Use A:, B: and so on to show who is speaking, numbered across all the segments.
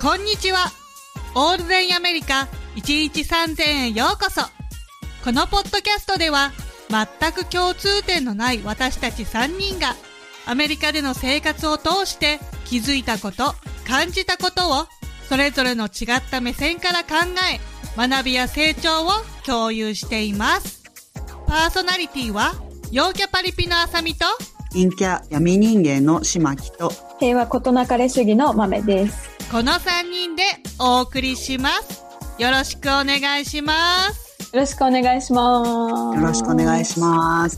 A: こんにちは。オールデンアメリカ1日3000円ようこそ。このポッドキャストでは全く共通点のない私たち3人がアメリカでの生活を通して気づいたこと、感じたことをそれぞれの違った目線から考え学びや成長を共有しています。パーソナリティは陽キャパリピのあさみと
B: 陰キャ闇人間の島木と
C: 平和ことなかれ主義の豆です。
A: この3人でお送りします。よろしくお願いします。
C: よろしくお願いします。
B: よろしくお願いします。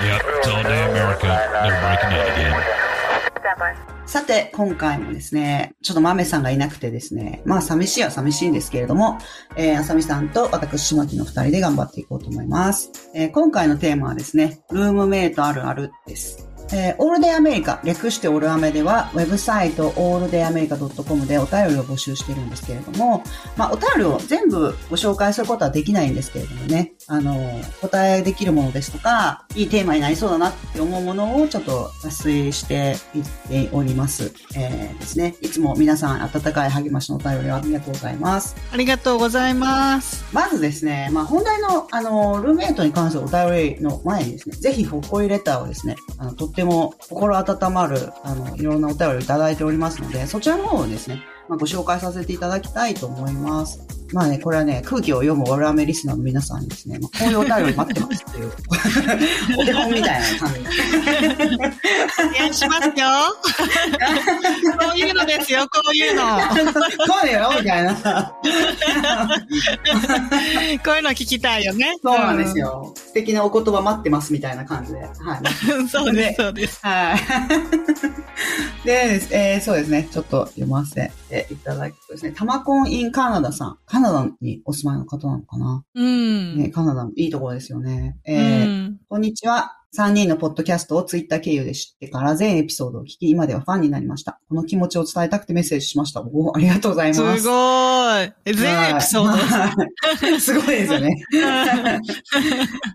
D: Yep, it's all day America. They're breaking it again.
B: さて、今回もですね、ちょっと豆さんがいなくてですね、まあ寂しいは寂しいんですけれども、えー、あさみさんと私、島木の二人で頑張っていこうと思います。えー、今回のテーマはですね、ルームメイトあるあるです。えー、オールデイアメリカ、略してオールアメでは、ウェブサイトオールデイアメリカ .com でお便りを募集してるんですけれども、まあ、お便りを全部ご紹介することはできないんですけれどもね、あの、お答えできるものですとか、いいテーマになりそうだなって思うものをちょっと抜粋していっております。えー、ですね。いつも皆さん温かい励ましのお便りをありがとうございます。
A: ありがとうございます。
B: まずですね、まあ、本題の、あの、ルームメイトに関するお便りの前にですね、ぜひ、ほっこりレターをですね、あの、とっても心温まる、あの、いろんなお便りをいただいておりますので、そちらの方をですね、まあ、ご紹介させていただきたいと思います。まあね、これはね、空気を読むオラメリスナーの皆さんにですね、まあ、こういうお便り待ってますっ ていう、お手本みたいな感じ で。
A: 応援し ますよ。こういうのですよ、こういうの。
B: 来いよみたいな。
A: こういうの聞きたいよね。
B: そうなんですよ。素敵なお言葉待ってますみたいな感じで。はい。
A: うん。そうです、そうです。
B: はい。 で、えーそうですね。ちょっと読ませていただくとですね。タマコンインカナダさん。カナダにお住まいの方なのかな、
A: うん。
B: ね、カナダ、いいところですよね。え
A: う
B: ー
A: ん。
B: こんにちは。3人のポッドキャストをツイッター経由で知ってから全エピソードを聞き、今ではファンになりました。この気持ちを伝えたくてメッセージしました。おおありがとうございますす。い。
A: ごい。え全エピソード。
B: ド。すごいですよね。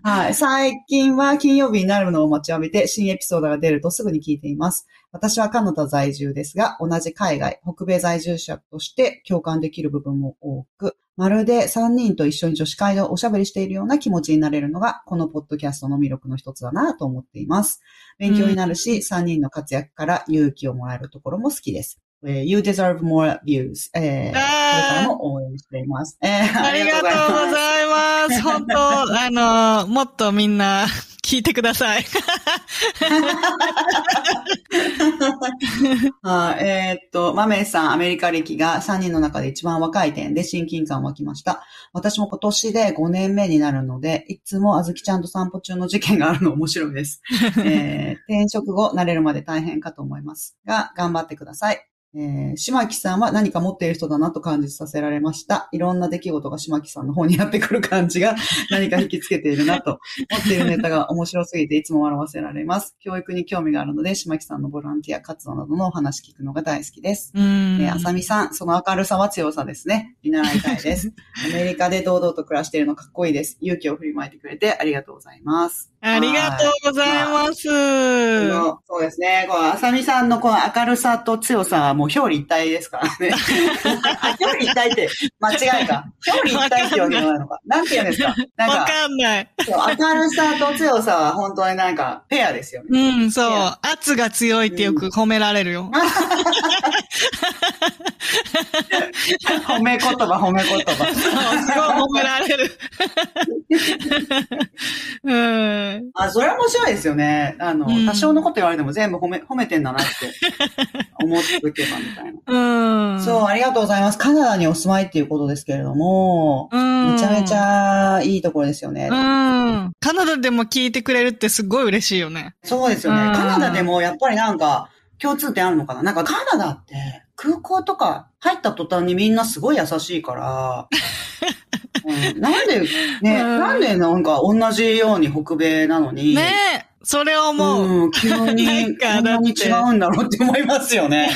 B: はい。最近は金曜日になるのを待ちわびて、新エピソードが出るとすぐに聞いています。私はカナダ在住ですが、同じ海外、北米在住者として共感できる部分も多く、まるで3人と一緒に女子会でおしゃべりしているような気持ちになれるのが、このポッドキャストの魅力の一つだなと思っています。勉強になるし、3人の活躍から勇気をもらえるところも好きです。えー You deserve more views. えーこれからも応援しています。えー
A: ありがとうございます。本当、あの、もっとみんな聞いてくださ い。
B: はい、えーっと、マメさん、アメリカ歴が3人の中で一番若い点で親近感湧きました。私も今年で5年目になるので、いつもあずきちゃんと散歩中の事件があるの面白いです。 えー転職後、慣れるまで大変かと思いますが、頑張ってください。えー、島木さんは何か持っている人だなと感じさせられました。いろんな出来事が島木さんの方にやってくる感じが何か引きつけているなと持っているネタが面白すぎていつも笑わせられます。教育に興味があるので、島木さんのボランティア活動などのお話聞くのが大好きです。
A: うん
B: えー、あさみさん、その明るさは強さですね。見習いたい です。アメリカで堂々と暮らしているのかっこいいです。勇気を振りまいてくれてありがとうございます。
A: ありがとうございます。
B: このそうですね。こう、あさみさんのこの明るさと強さはもう表裏一体ですから ね。表裏一体って間違いか。表裏一体ってわけじゃないのか。なんて言うんですか。なん
A: わ
B: か、
A: かんない。
B: そう明るさと強さは本当になんかペアですよね。
A: うん、そう
B: いや。
A: 圧が強いってよく褒められるよ。
B: 褒め言葉、褒め言葉。
A: そうすごい褒められる。う ん。
B: あ、それは面白いですよね。あの、
A: うん
B: 多少のこと言われても全部褒め、褒めてんだ なって思っておけばみたい
A: うん。
B: な。そう、ありがとうございます。カナダにお住まいっていうことですけれども、
A: うん。
B: めちゃめちゃいいところですよね。
A: うん。カナダでも聞いてくれるってすごい嬉しいよね。
B: そうですよね
A: う。ん
B: カナダでもやっぱりなんか共通点あるのかななんかカナダって空港とか入った途端にみんなすごい優しいから、うんなんで、ね、
A: うん
B: なんでなんか同じように北米なのに、
A: ねえ、それを思う。
B: うん、急
A: なん
B: に、
A: か
B: こんなに違うんだろうって思いますよね。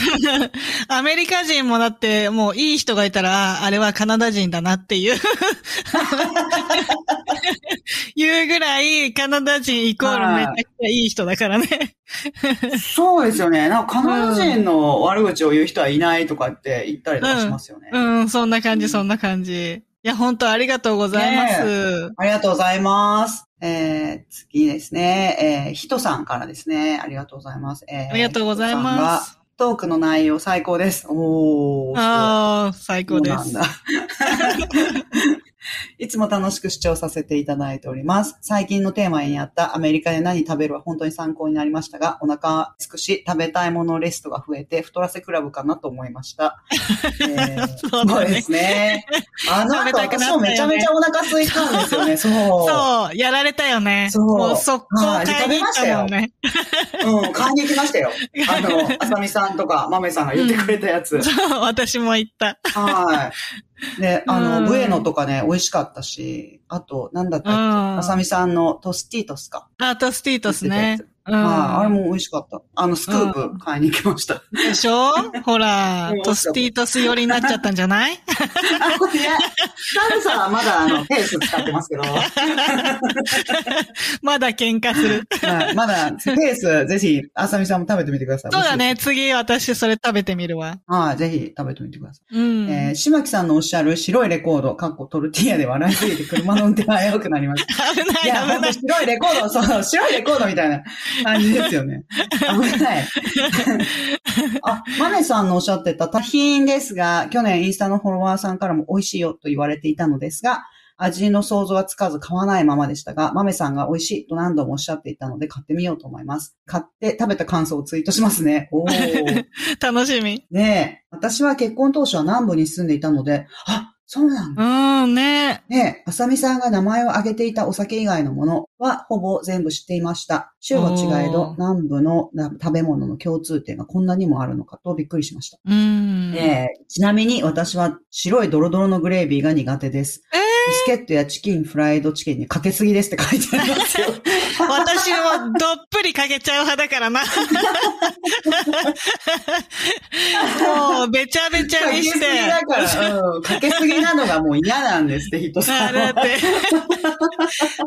A: アメリカ人もだって、もういい人がいたら、ああれはカナダ人だなっていう。 言うぐらい、カナダ人イコールめちゃくちゃいい人だからね。
B: そうですよね。なんかカナダ人の悪口を言う人はいないとかって言ったりとかしますよね。
A: うん、そんな感じ、そんな感じ。いや、本当ありがとうございます。
B: ありがとうございます。えー、次ですね。えー、ひとさんからですね。ありがとうございます。えー、
A: ありがとうござい
B: ひとさん
A: ま
B: が
A: す。
B: トークの内容最高です。おー。
A: ああ、最
B: すご
A: 高
B: い
A: で
B: そう
A: す。
B: なんだ いつも楽しく視聴させていただいております。最近のテーマにあったアメリカで何食べるは本当に参考になりましたが、お腹すくし食べたいものリストが増えて太らせクラブかなと思い ました。えー
A: そうだね
B: そうですね。あの
A: 食べ
B: 後
A: たくなったよね
B: 私もめちゃめちゃお腹空いたんですよね。そう。
A: そう、やられたよね。
B: そう
A: もう速攻買いに行ったもんね。
B: うん、買いに行きましたよ。あの、あさみさんとか、まめさんが言ってくれたやつ。
A: そう、 私も行った。
B: はい。で、あ
A: うん
B: の、ブエノとかね、美味しかったし、あと、なんだっ
A: う
B: たっけ、
A: ん。
B: あさみさんのトスティートスか。
A: アートスティートスね
B: ト。
A: うん。
B: はい、あれも美味しかった。あの、スクープ買いに行き ました。
A: でしょほ ら
B: うん、
A: トスティートス寄りになっちゃったんじゃない
B: あ、これね、サルサはまだ、あの、ペース使ってます けど、
A: まだ喧嘩する。
B: はい、まだ、ペース、ぜひ、あさみさんも食べてみてください。
A: そうだね、次私それ食べてみるわ。
B: 美味しい。はい、ぜひ食べてみてください。
A: うん。
B: えー、しまきさんのおっしゃる白いレコード、かっこトルティーヤで笑いすぎて車の運転が危くなりました。
A: 危ない
B: いや、ほ
A: 危
B: ん
A: な
B: と
A: い。
B: 白いレコード、そう、白いレコードみたいな感じです よね。危ない。あ、マネさんのおっしゃってた多品ですが、去年インスタのフォロワーさんからも美味しいよと言われていたのですが、味の想像はつかず買わないままでしたが、マメさんが美味しいと何度もおっしゃっていたので買ってみようと思います。買って食べた感想をツイートしますね。お ー。
A: 楽しみ。
B: ねえ。私は結婚当初は南部に住んでいたので、あ、そうなんだ。
A: うん、ね
B: ねえ、あさみさんが名前を挙げていたお酒以外のものはほぼ全部知っていました。州の違
A: お
B: い
A: ー
B: ど南部のな食べ物の共通点がこんなにもあるのかとびっくりしました。
A: うん。
B: ねえちなみに私は白いドロドロのグレービーが苦手です。
A: えー
B: ビスケットやチキン、フライドチキンにかけすぎですって書いてあり ますよ。
A: 私もどっぷりかけちゃう派だから な。もう、べちゃべちゃ
B: かけ
A: に
B: す
A: し
B: ぎ
A: て。
B: だから、うん、かけすぎなのがもう嫌なんですって、人
A: あ
B: さん
A: れ
B: は
A: だって。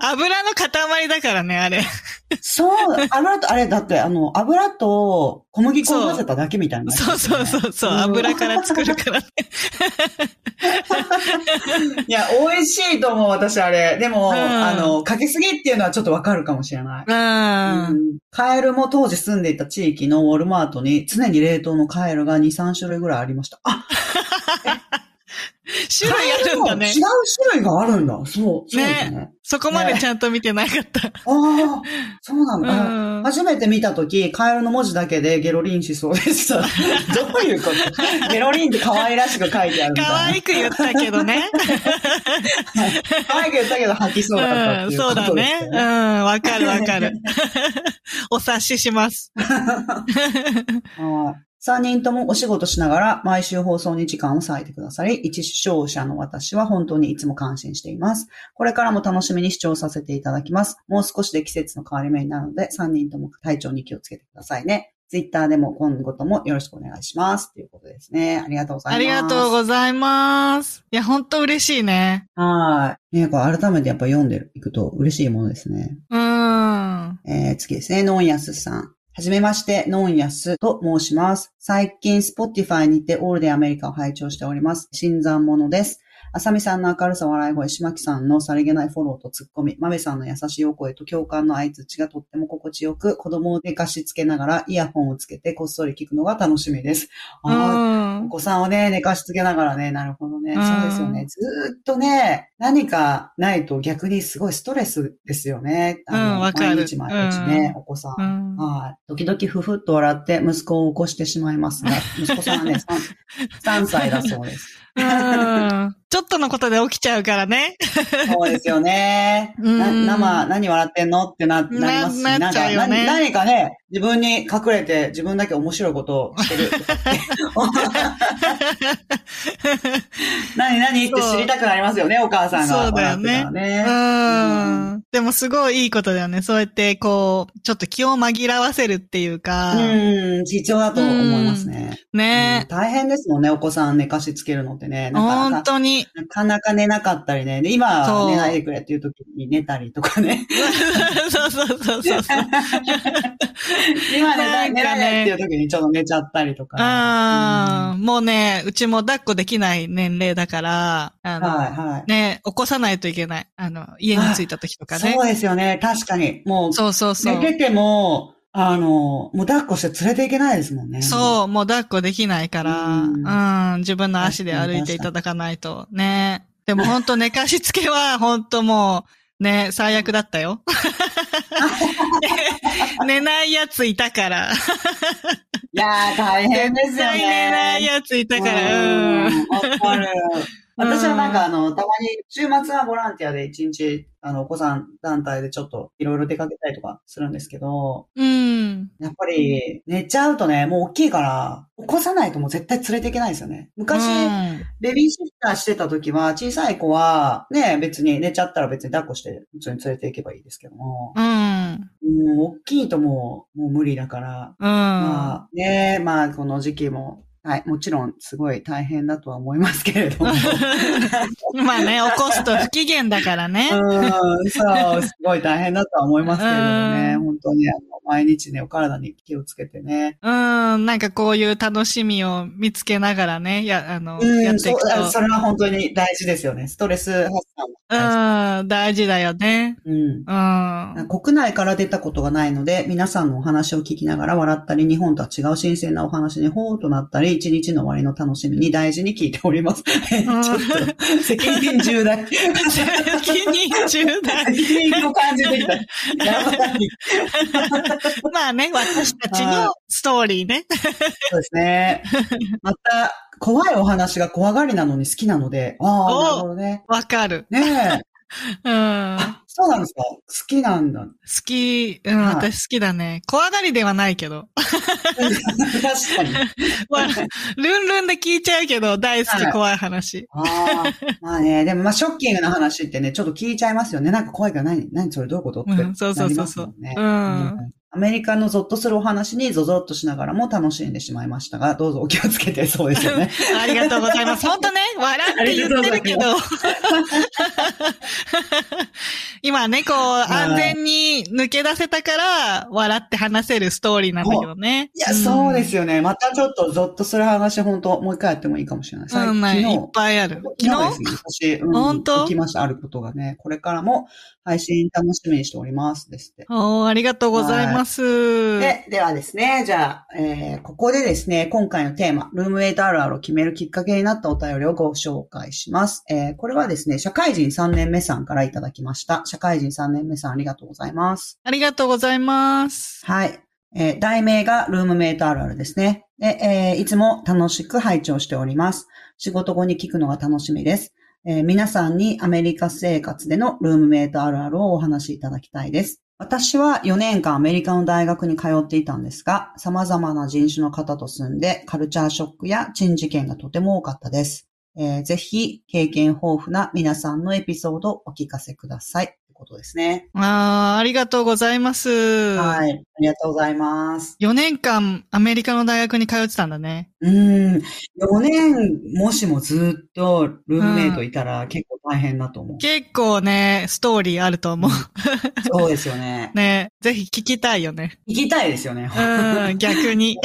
A: 油の塊だからね、あれ。
B: そう、油と、あれだって、あの、油と小麦粉を混ぜただけみたいな、
A: そうそうそうそう、
B: うん
A: 油から作るからね。
B: いや、美味しいと思う、私、あれ。でも、
A: うん
B: あの、かけすぎっていうのはちょっとわかるかもしれない。
A: うん。
B: うんカエルも当時住んでいた地域のウォルマートに常に冷凍のカエルが2、3種類ぐらいありました。あ、
A: 種類あ
B: カエ
A: る
B: ル
A: ん
B: も
A: だ
B: 違う
A: ね。
B: 種類があるんだ。そう、そうですね。
A: そこまでちゃんと見てなかった。
B: ああ、そうなんだ。
A: うん
B: 初めて見たとき、カエルの文字だけでゲロリンしそうでした。 どういうことゲロリンって可愛らしく書いてあるみたいな。
A: 可愛く言ったけどね。
B: 可愛く言ったけど吐きそうだ
A: う
B: ったって
A: ん
B: いうこ
A: そうだ
B: とです
A: ね。
B: よ
A: うん、わかるわか る。お察しします。
B: はい。三人ともお仕事しながら毎週放送に時間を割いてくださり、一視聴者の私は本当にいつも感心しています。これからも楽しみに視聴させていただきます。もう少しで季節の変わり目になるので、三人とも体調に気をつけてくださいね。ツイッターでも今後ともよろしくお願いします。ということですね。ありがとうございます。
A: ありがとうございます。いや、ほんと嬉しいね。
B: はい。ね、これ改めてやっぱ読んでいくと嬉しいものですね。
A: うん。
B: えー次ですね、ノンヤスさん。はじめまして、ノンヤスと申します。最近、Spotify にてオールデンアメリカを拝聴しております。新参者です。あさみさんの明るさ、笑い声、しまきさんのさりげないフォローとツッコミ、まめさんの優しいお声と共感の相槌がとっても心地よく、子供を寝かしつけながらイヤホンをつけてこっそり聞くのが楽しみです。あー
A: う
B: お
A: ん。
B: 子さんをね、寝かしつけながらね、なるほど
A: う
B: ね。
A: ん
B: そうですよね。ずーっとね、何かないと逆にすごいストレスですよね。
A: うんわかる
B: 毎日毎日ね、お子さん
A: うん
B: はい。時々ふふっと笑って息子を起こしてしまいますが、息子さんはね、3, 歳だそうです。
A: うんちょっとのことで起きちゃうからね。
B: そうですよね。
A: うん
B: な生、何笑ってんのってな、なりますし、
A: ななっちゃうよね
B: なんか何、何かね、自分に隠れて自分だけ面白いことをしてる。 何、何って知りたくなりますよね、お母さんが。
A: そうだよね
B: 笑ってたらね
A: うん。でもすごいいいことだよね。そうやって、こう、ちょっと気を紛らわせるっていうか、
B: うん、必要だと思いますね。うん
A: ね。
B: 大変ですもんね、お子さん寝かしつけるのってね。なかな
A: 本
B: か
A: 当 に。
B: なかなか寝なかったりね。で、今
A: そう
B: 寝ないでくれっていう時に寝たりとかね。
A: そうそうそうそうそう。
B: 今寝た
A: なんかね
B: い、寝られないっていう時にちょっと寝ちゃったりとか。
A: ああ、もうね、うちも抱っこできない年齢だから、あ
B: うん
A: の、
B: はい、はい。
A: ね、起こさないといけない。あの、家に着いた時とかね
B: そ。うですよね。確かに。もう、
A: そうそうそう
B: 寝。てても、あの、もう抱っこして連れていけないですもんね。
A: そう、もう抱っこできないから、
B: うん
A: うん、自分の足で歩いていただかないと。ね。でも本当寝かしつけは 本当もう、ね、最悪だった よ。寝ないやついたから。
B: いやー、大変ですよね。
A: 寝ないやついたから。うん。
B: うんわかる。私はなんかあの、たまに週末はボランティアで一日、あの、お子さん団体でちょっといろいろ出かけたりとかするんですけど、
A: うん。
B: やっぱり寝ちゃうとね、もう大きいから、起こさないともう絶対連れていけないですよね。昔、
A: うん
B: ベビーシッターしてた時は、小さい子は、ね、別に寝ちゃったら別に抱っこして、普通に連れていけばいいですけども、
A: うん。
B: もう大きいともう、もう無理だから、
A: うん。
B: まあね、まあこの時期も、はい、もちろんすごい大変だとは思いますけれども。
A: まあね、起こすと不機嫌だからね。
B: うん、そう、すごい大変だとは思いますけれどもね、
A: うん
B: 本当にあの毎日ね、お体に気をつけてね。
A: うん、なんかこういう楽しみを見つけながらね、や、あの、や
B: う
A: っ
B: ん、
A: てい
B: そう
A: くと。
B: あそれは本当に大事ですよね。ストレス発散も大事。
A: うん、大事だよね。
B: うん
A: うん。うん
B: 国内から出たことがないので、皆さんのお話を聞きながら笑ったり、日本とは違う新鮮なお話にほーっとなったり、一日の終わりの楽しみに大事に聞いております。ちょっと、責任重大。
A: 責任重大。
B: 責任を感じてきた。やばい。
A: まあね、私たちのストーリーね。
B: そうですね。また、怖いお話が怖がりなのに好きなので、ああ、
A: お
B: なるほどね。
A: わかる。
B: ねえ。
A: うん。好
B: あ、そうなんですか好きなんだ。
A: き、うん、
B: はい
A: 私好きだね。怖がりではないけど。
B: 確かに。
A: わ ルンルンで聞いちゃうけど、大好
B: はい
A: き怖い話。
B: ああ、まあね、でもまあショッキングな話ってね、ちょっと聞いちゃいますよね。なんか怖いから何、何それどういうことって
A: うんそうそうそうそう
B: なりますもんね。
A: うん
B: アメリカのゾッとするお話にゾゾッとしながらも楽しんでしまいましたが、どうぞお気をつけて、そうですよ ね。
A: ありがとうございます。本当ね、笑って言って るけど。今ね、こう、安全に抜け出せたから、笑って話せるストーリーなんだけどね。
B: いや、そうです
A: よ。
B: よね。またちょっとゾッとする話、本当もう一回やってもいいかもしれない。最
A: うん、ないいっぱいある。
B: 昨
A: 昨
B: 日
A: 日
B: ですね、私、うん、
A: 本当
B: 行きました、あることがね。これからも配信楽しみにしております、ですって。
A: おー、ありがとうございます。
B: で、ではですね、じゃあ、えーここでですね、今回のテーマ、ルームウェイトあるあるを決めるきっかけになったお便りをご紹介します。えーこれはですね、社会人3年目さんからいただきました。社会人3年目さんありがとうございます。
A: ありがとうございます。
B: はい。えー題名がルームメイトあるあるですね。で、えーいつも楽しく拝聴しております。仕事後に聞くのが楽しみです。えー皆さんにアメリカ生活でのルームメイトあるあるをお話しいただきたいです。私は4年間アメリカの大学に通っていたんですが、様々な人種の方と住んで、カルチャーショックや珍事件がとても多かったです。えーぜひ、経験豊富な皆さんのエピソードをお聞かせください。ってことですね。
A: あー、ありがとうございます。は
B: はい。ありがとうございます。
A: 4年間、アメリカの大学に通ってたんだね。
B: うーん。4年、もしもずっとルームメイトいたら結構大変だ と思う。
A: 結構ね、ストーリーあると思う。
B: そうですよね。
A: ね、ぜひ聞きたいよ ね。
B: 聞きたいですよね。
A: うん、逆に。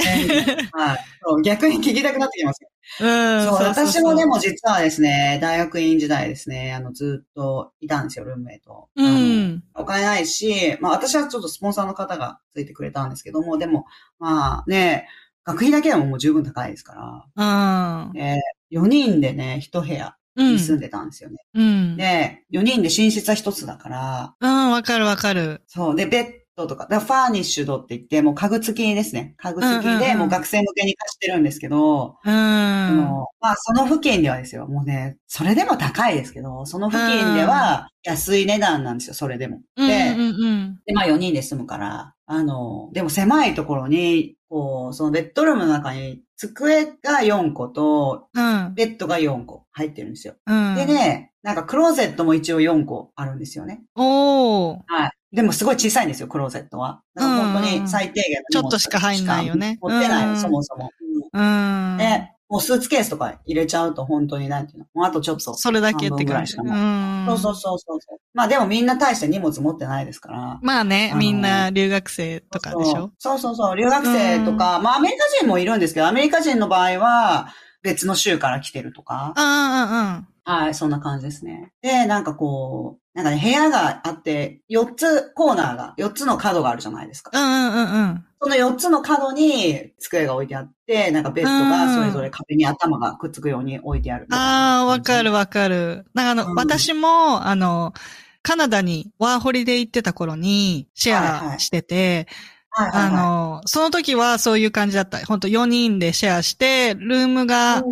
B: はいそう逆に聞きたくなってきますよ。
A: うん。
B: そう、私もで
A: も、
B: も実はですね、大学院時代ですね、あの、ずっといたんですよ、ルームメイト。
A: う
B: あの。
A: ん。
B: お金ないし、まあ私はちょっとスポンサーの方がついてくれたんですけども、でも、まあね、学費だけでももう十分高いですか
A: うん。
B: ら、えー、4人でね、一部屋
A: う
B: に住ん
A: ん。
B: でたんですよね。
A: うん。
B: で、4人で寝室は一つだから、
A: うん、わかるわかる。
B: そう。で、ベッドとか、だからファーニッシュドって言って、もう家具付きですね。家具付
A: うん
B: き
A: うんう
B: で、
A: ん
B: もう学生向けに貸してるんですけど、
A: う
B: あ
A: ん。
B: のまあ、その付近ではですよ。もうね、それでも高いですけど、その付近では安い値段なんですよ、それでも。
A: うん
B: で、
A: うんうん。
B: でまあ4人で住むから、あの、でも狭いところに、こう、そのベッドルームの中に机が4個と、
A: うん。
B: ベッドが4個入ってるんですよ。
A: うん。
B: で。ね、なんかクローゼットも一応4個あるんですよね。
A: おー。
B: はい。でもすごい小さいんですよ、クローゼットは。だから本当に最低限の荷物
A: ちょっとしか入んないよね
B: 持ってない、
A: うん
B: そもそも。
A: うん。
B: で、もうスーツケースとか入れちゃうと本当になんていうの。もうあとちょっと。
A: それだけって
B: 半分ぐら
A: 感
B: い
A: じ。
B: し
A: う
B: か
A: ん。
B: ないそうそうそうそう。まあでもみんな大して荷物持ってないですから。
A: まあね
B: あ、の
A: みんな留学生とかでしょ
B: そうそうそう、留学生とか、まあアメリカ人もいるんですけど、アメリカ人の場合は別の州から来てるとか。
A: あ
B: はい、そんな感じですね。で、なんかこう、なんかね、部屋があって、4つコーナーが、4つの角があるじゃないですか。
A: あ、うんうん。うんうんうん
B: その4つの角に机が置いてあって、なんかベッドがそれぞれ壁に頭がくっつくように置いてあるみたいな
A: ああ、わかるわかる。なんかあの、
B: うん
A: 私も、あの、カナダにワーホリで行ってた頃にシ
B: はい
A: ェ
B: は
A: ア
B: い
A: してて、
B: はいはいはい。
A: あの、その時はそういう感じだった。本当4人でシェアして、ルームが
B: うん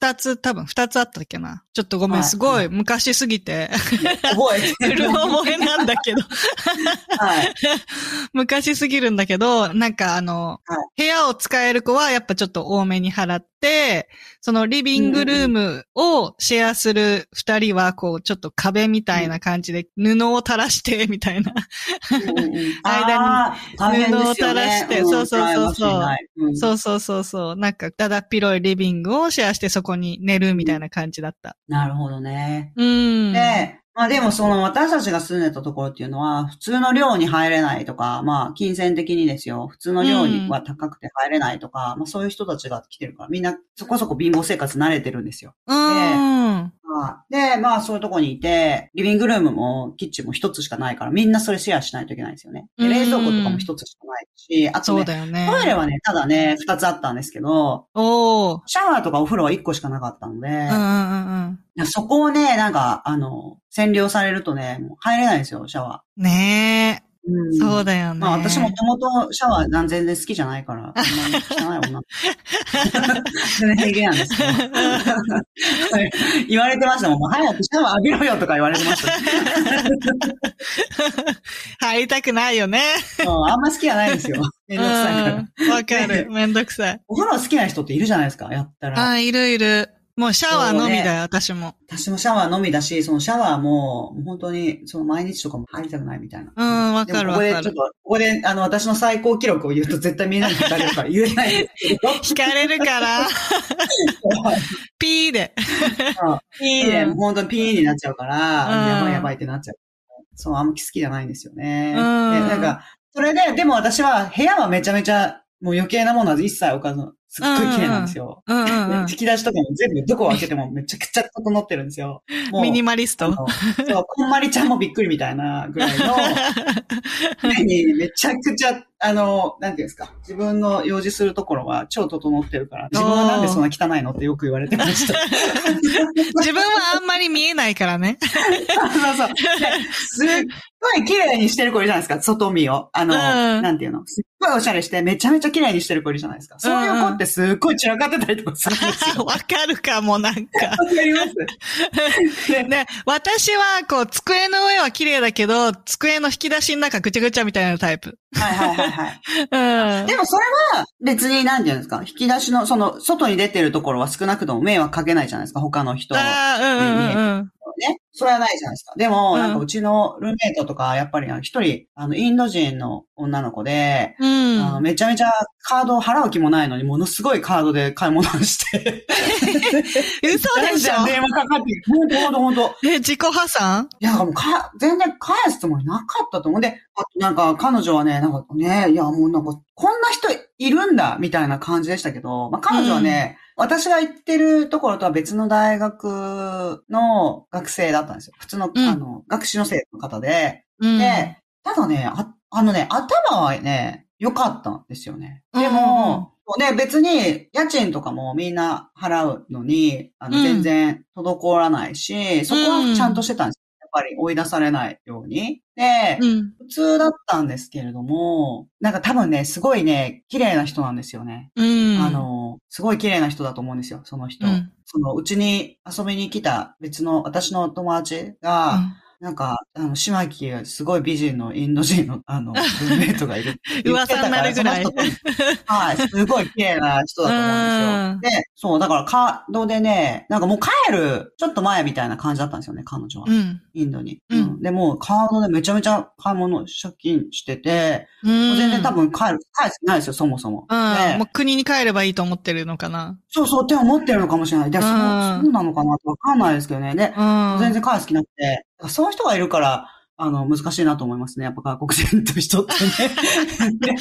A: 2つ、多分2つあったっけな。ちょっとごめ
B: は
A: ん、
B: い
A: すごい昔すぎ て、
B: 覚えて
A: うる
B: る。
A: 覚えなんだけど、
B: はい。
A: 昔すぎるんだけど、なんかあの、
B: は
A: 部屋を使える子はやっぱちょっと多めに払って、そのリビングルームをシェアする二人は、こう、ちょっと壁みたいな感じで布を垂らして、 みたいな。
B: うんうん
A: 間
B: あー大変ですよね
A: 布を垂らして
B: ん
A: そうそうそうそう
B: 羨ましいなうん
A: そうそうそうそう。なんか、ただっ広いリビングをシェアしてそこに寝るみたいな感じだった。
B: なるほどね。
A: うん。
B: で、まあでもその私たちが住んでたところっていうのは、普通の寮に入れないとか、まあ金銭的にですよ、普通の寮には高くて入れないとか、まあそういう人たちが来てるから、みんなそこそこ貧乏生活慣れてるんですよ。
A: うん。
B: はいで、まあそういうとこにいて、リビングルームもキッチンも一つしかないから、みんなそれシェアしないといけないんですよね。で
A: うん
B: 冷蔵庫とかも一つしかないし、あと
A: そう
B: ね、
A: だよ
B: トイレ
A: ね。
B: はね、ただね、二つあったんですけど、
A: おー。
B: シャワーとかお風呂は一個しかなかったので、
A: うんうんうんうん。
B: そこをね、なんか、あの、占領されるとね、もう入れないんですよ、シャワ
A: ね
B: ー。う
A: え。そう
B: ね。
A: だよね。
B: まあ 私もともとシャワーなん全然好きじゃないから、あんまり 汚い女。全然平気なんですけ ど。言われてましたもん。もう早くシャワー浴びろよとか言われてました。
A: 入りたくないよね。
B: そうあんま好きじゃないんですよ。めんどくさいから。
A: うんわかる。 めんどくさい。
B: お風呂好きな人っているじゃないですか、やったら。
A: あ、いるいる。もうシャワーのみだよ、私も。
B: 私もシャワーのみだし、そのシャワーも、もう本当に、その毎日とかも入りたくないみたいな。
A: うんわかる
B: でもここで
A: わかる
B: ちょっと、ここで、あの、私の最高記録を言うと絶対みんなに聞かれるから言えないんで すけど。
A: 惹かれる から、ピーで。
B: ピーで、もう本当にピーになっちゃうから、
A: うん
B: やばいやばいってなっちゃう。そう、あんま好きじゃないんですよね。
A: うん
B: でなんか、それで、でも私は部屋はめちゃめちゃ、もう余計なものは一切置かず、すっごい綺麗なんですよ。
A: うんう
B: で
A: ん
B: 引き出しとかも全部どこを開けてもめちゃくちゃ整ってるんで すよ。
A: う
B: も
A: ん。
B: う
A: ミニマリス
B: あの
A: ト。
B: そう、こんまりちゃんもびっくりみたいなぐらいの、 常にめちゃくちゃ、あの、なんていうんですか、自分の用事するところは超整ってるから、自分はなんでそんな汚いのってよく言われてました。
A: 自 分はあんまり見えないからね。
B: そうそう。ですっごい綺麗にしてる子いるじゃないですか、外見を。あの、
A: うん
B: なんていうの。すっごいおしゃれして、めちゃめちゃ綺麗にしてる子いるじゃないですか。そういう子ってすっごい散らかってたりとかするんですよ。
A: わかるかも、なんか。
B: わかります
A: ね、私は、こう、机の上は綺麗だけど、机の引き出しの中ぐちゃぐちゃみたいなタイプ。
B: はいはいはいはい。
A: うん。
B: でもそれは別に何て言うんですか引き出しの、その、外に出てるところは少なくとも迷惑かけないじゃないですか他の人ね。
A: ああ、うんうんうん。
B: それはないじゃないですか。でも、
A: うん
B: なんかうちのルーメイトとか、やっぱりあの一人、あの、インド人の女の子で、
A: うん。
B: あのめちゃめちゃカードを払う気もないのに、ものすごいカードで買い物をして。
A: 嘘で しょ
B: 電話かかってくる。ほんとほんとほんと。
A: え、自己破産
B: いや、もうか、全然返すつもりなかったと思う。で、あとなんか彼女はね、なんかね、いや、もうなんか、こんな人いるんだ、みたいな感じでしたけど、まあ、彼女はね、私が行ってるところとは別の大学の学生だったんですよ。普通の、
A: うん
B: あの、学士の生の方で。
A: うん。
B: で、ただね、ああのね、頭はね、良かったんですよね。でも、ね、別に家賃とかもみんな払うのに、あの、
A: うん
B: 全然滞らないし、そこはちゃんとしてたんですよ。やっぱり追い出されないように。で、
A: うん。
B: 普通だったんですけれども、なんか多分ね、すごいね、綺麗な人なんですよね。
A: うん。
B: あ、の、すごい綺麗な人だと思うんですよ、その人。
A: うん
B: その、うちに遊びに来た別の、私の友達が、なんか、あの、島木がすごい美人のインド人の、あの、文明とがいるって言ってた
A: 噂
B: から。
A: になるぐらい
B: その 人とはい、すごい綺麗な人だと思うんですよ。で、そう、だからカードでね、なんかもう帰る、ちょっと前みたいな感じだったんですよね、彼女は。
A: うん。
B: インドに。
A: うん
B: で、もうカードでめちゃめちゃ買い物、借金してて、もう全然多。分帰る、帰る気ないですよ、そもそも。
A: うん。
B: で
A: もう国に帰ればいいと思ってるのかな。
B: そうそうって思ってるのかもしれない。で、そう
A: う
B: そうんなのかなってわかんないですけどね。で、
A: うん。
B: 全然返す気なくて、そういう人がいるから、あの、難しいなと思いますね。やっぱ外国人と人ってね。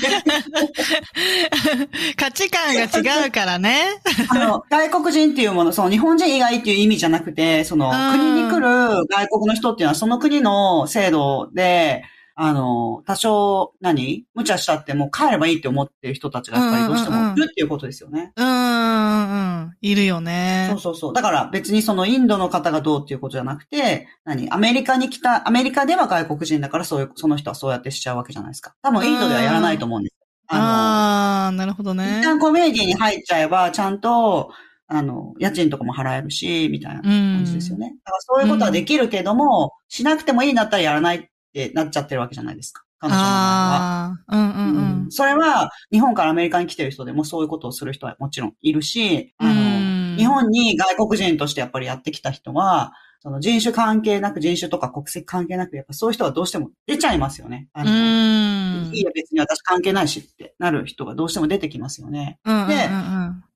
A: 価値観が違うからね。
B: あの、外国人っていうもの、その日本人以外っていう意味じゃなくて、その、
A: うん
B: 国に来る外国の人っていうのは、その国の制度で、あの、多少何、無茶しちゃってもう帰ればいいって思ってる人たちがやっぱりどうしてもいるっていうことですよね。
A: うんうんうん。いるよね
B: そう。そうそう。だから別にそのインドの方がどうっていうことじゃなくて、何アメリカに来た、アメリカでは外国人だからそういう、その人はそうやってしちゃうわけじゃないですか。多分インドではやらないと思うんです。あ
A: ああー、なるほど
B: の、
A: ね
B: 一。旦コミュニティに入っちゃえば、ちゃんと、あの、家賃とかも払えるし、みたいな感じですよね。だからそういうことはできるけども、しなくてもいいんだったらやらないってなっちゃってるわけじゃないですか。彼女の場合は。
A: ああ、うんうんうん。
B: それは、日本からアメリカに来てる人でもそういうことをする人はもちろんいるし、あ
A: うん
B: の、日本に外国人としてやっぱりやってきた人は、その人種関係なく、人種とか国籍関係なく、やっぱそういう人はどうしても出ちゃいますよね。あ
A: う
B: の
A: ん。
B: いいよ、別に私関係ないしってなる人がどうしても出てきますよね。
A: うんうんうん
B: で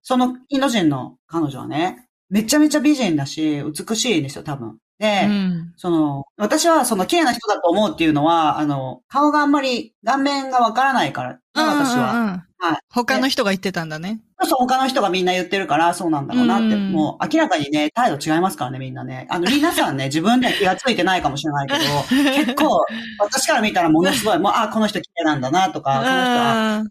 B: そのインド人の彼女はね、めちゃめちゃ美人だし、美しいんですよ、多分。で、
A: うん。
B: その、私はその綺麗な人だと思うっていうのは、あの、顔があんまり、顔面がわからないから、私は。
A: うんうんうん
B: はい
A: 他の人が言ってたんだね。
B: そう、他の人がみんな言ってるから、そうなんだろうなって、
A: うん
B: もう明らかにね、態度違いますからね、みんなね。あの、皆さん ね、自分では気がついてないかもしれないけど、結構、私から見たらものすごい、もう、あ、この人綺麗なんだなとか、この人は、
A: あ
B: あの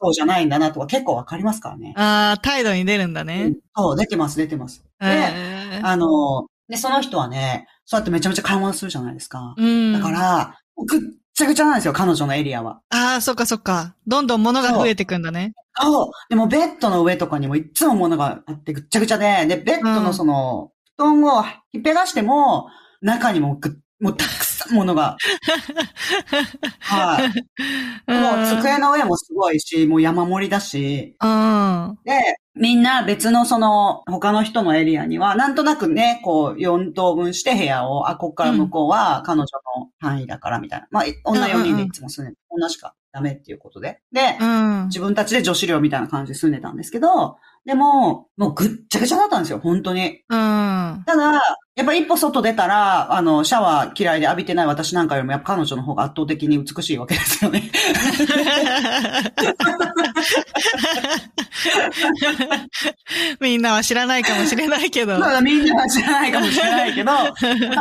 B: そうじゃないんだなとか、結構わかりますからね。
A: あー、態度に出るんだ
B: う
A: ね
B: ん。そう、出てます、出てます。で、
A: えー
B: あの、で、その人はね、そうやってめちゃめちゃ買い物するじゃないですか。
A: うん。
B: だか。ら、ぐっちゃぐちゃなんですよ、彼女のエリアは。
A: ああ、そっかそっか。どんどん物が増えてくんだね。
B: そう。でもベッドの上とかにもいっつも物があってぐっちゃぐちゃで、で、ベッドのその、布団を引っぺがしても、中にもぐっもうたくさん物 が。はい。もう
A: うん。
B: 机の上もすごいし、もう山盛りだし。
A: うん。
B: で、みんな別のその、他の人のエリアには、なんとなくね、こう、4等分して部屋を、あ、こっから向こうは彼女の範囲だからみたいな。まあ、女4人でいつも住んで、女しかダメっていうことで。で、
A: うん。
B: 自分たちで女子寮みたいな感じで住んでたんですけど、でも、もうぐっちゃぐちゃだったんですよ、本当
A: う
B: に。
A: ん。
B: ただ、やっぱ一歩外出たら、あの、シャワー嫌いで浴びてない私なんかよりも、やっぱ彼女の方が圧倒的に美しいわけですよね。
A: みんなは知らないかもしれないけど。
B: まだみんなは知らないかもしれな いけど、ま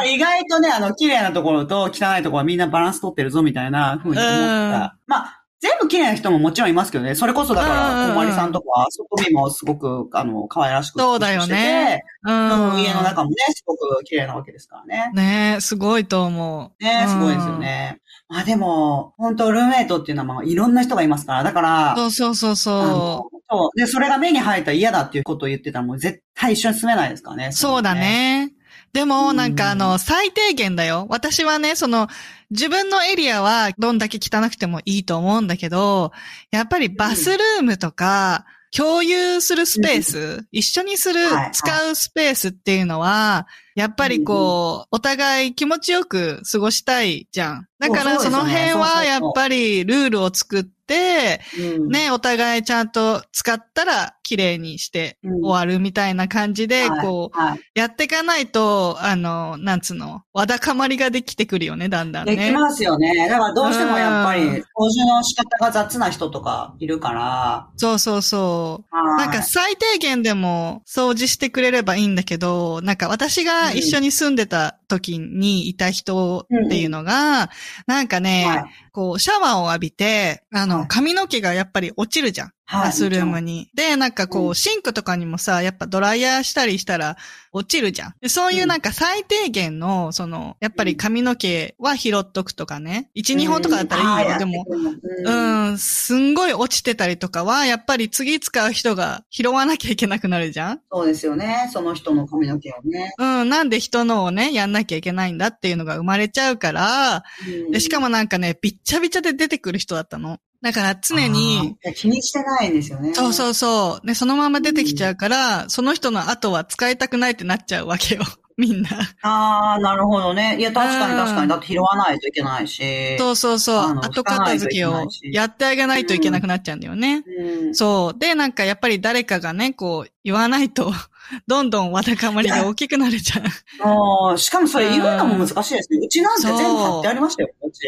B: あ意外とね、あの、綺麗なところと汚いところはみんなバランス取ってるぞみたいな風に思った。まあ、全部綺麗な人ももちろんいますけどね、それこそだか
A: うんうんう
B: ら、
A: ん
B: 小森さんとかは、外見もすごく、あの、可愛らしく
A: そうだよね
B: 美しくしてて。
A: うん
B: うん、家の中もね、すごく綺麗なわけですからね。
A: ねえ、すごいと思う。
B: ね
A: うん
B: すごいですよ。ね。まあでも、本当ルーメイトっていうのはまあいろんな人がいますから、だから、
A: そうそうそう
B: あ
A: そ
B: のそう。で、それが目に入ったら嫌だっていうことを言ってたらもう絶対一緒に住めないですからね。
A: う。そうだ。ね。でも、なんかあ
B: う
A: の、最低限だよ。私はね、その、自分のエリアはどんだけ汚くてもいいと思うんだけど、やっぱりバスルームとか、共有するスペース、一緒にする
B: はいは、い
A: 使うスペースっていうのは、やっぱりこう、お互い気持ちよく過ごしたいじゃん。だからそう
B: そそうですよ
A: の
B: ね
A: 辺
B: そうそうそ
A: は
B: う
A: やっぱりルールを作って、
B: うん、
A: ね、お互いちゃんと使ったら綺麗にして
B: うん
A: 終わるみたいな感じで、
B: はい
A: こ
B: はい。
A: う、やっていかないと、あの、なんつうの、わだかまりができてくるよね、だんだん
B: でき
A: ね。
B: ますよね。だからどうしてもやっぱ
A: う
B: り
A: ん、
B: 教授の仕方が雑な人とかいるから、
A: そうそうそう。
B: はい
A: なんか最低限でも掃除してくれればいいんだけど、なんか私が一緒に住んでた時にいた人っていうのが、なんかね、
B: はい
A: こうシャワーを浴びて、あ
B: は
A: の、
B: い
A: 髪の毛がやっぱり落ちるじゃん。
B: はい
A: バスルームに。で、なんかこ
B: う
A: う、シンクとかにもさ、やっぱドライヤーしたりしたら落ちるじゃん。でそういうなんか最低限の、その、やっぱり髪の毛は拾っとくとかね。1、2本とかだったらいいよ。でも、
B: う
A: うん
B: あ
A: ん、すんごい落ちてたりとかは、やっぱり次使う人が拾わなきゃいけなくなるじゃん
B: ーやってくるうんそうですよね。その人の髪の毛をね。
A: うん、なんで人のをね、やんなきゃいけないんだっていうのが生まれちゃうから、で、しか
B: も、
A: もなんかね、びっちゃびちゃで出てくる人だったの。だから常に、
B: あー。気にしてないんですよね。。
A: そうそううそう、ね、そのまま出てきちゃうから、その人の後は使いたくないってなっちゃうわけよ。 みんな。
B: ああ、なるほどね。いや、確か
A: う
B: に
A: ん
B: 確かに。だって拾わないといけないし。
A: そうそうそう。
B: あの
A: 後片付け
B: 拭かない
A: を
B: といけないし
A: やってあげないといけなくなっちゃうんだよね。
B: うん。
A: そう。で、なんかやっぱり誰かがね、こう、言わないと、 どんどんわだかまりが大きくなる じゃん。
B: あーしかもそれ言うのも難しいですね。うちなんて全部貼ってありましたよ、うち。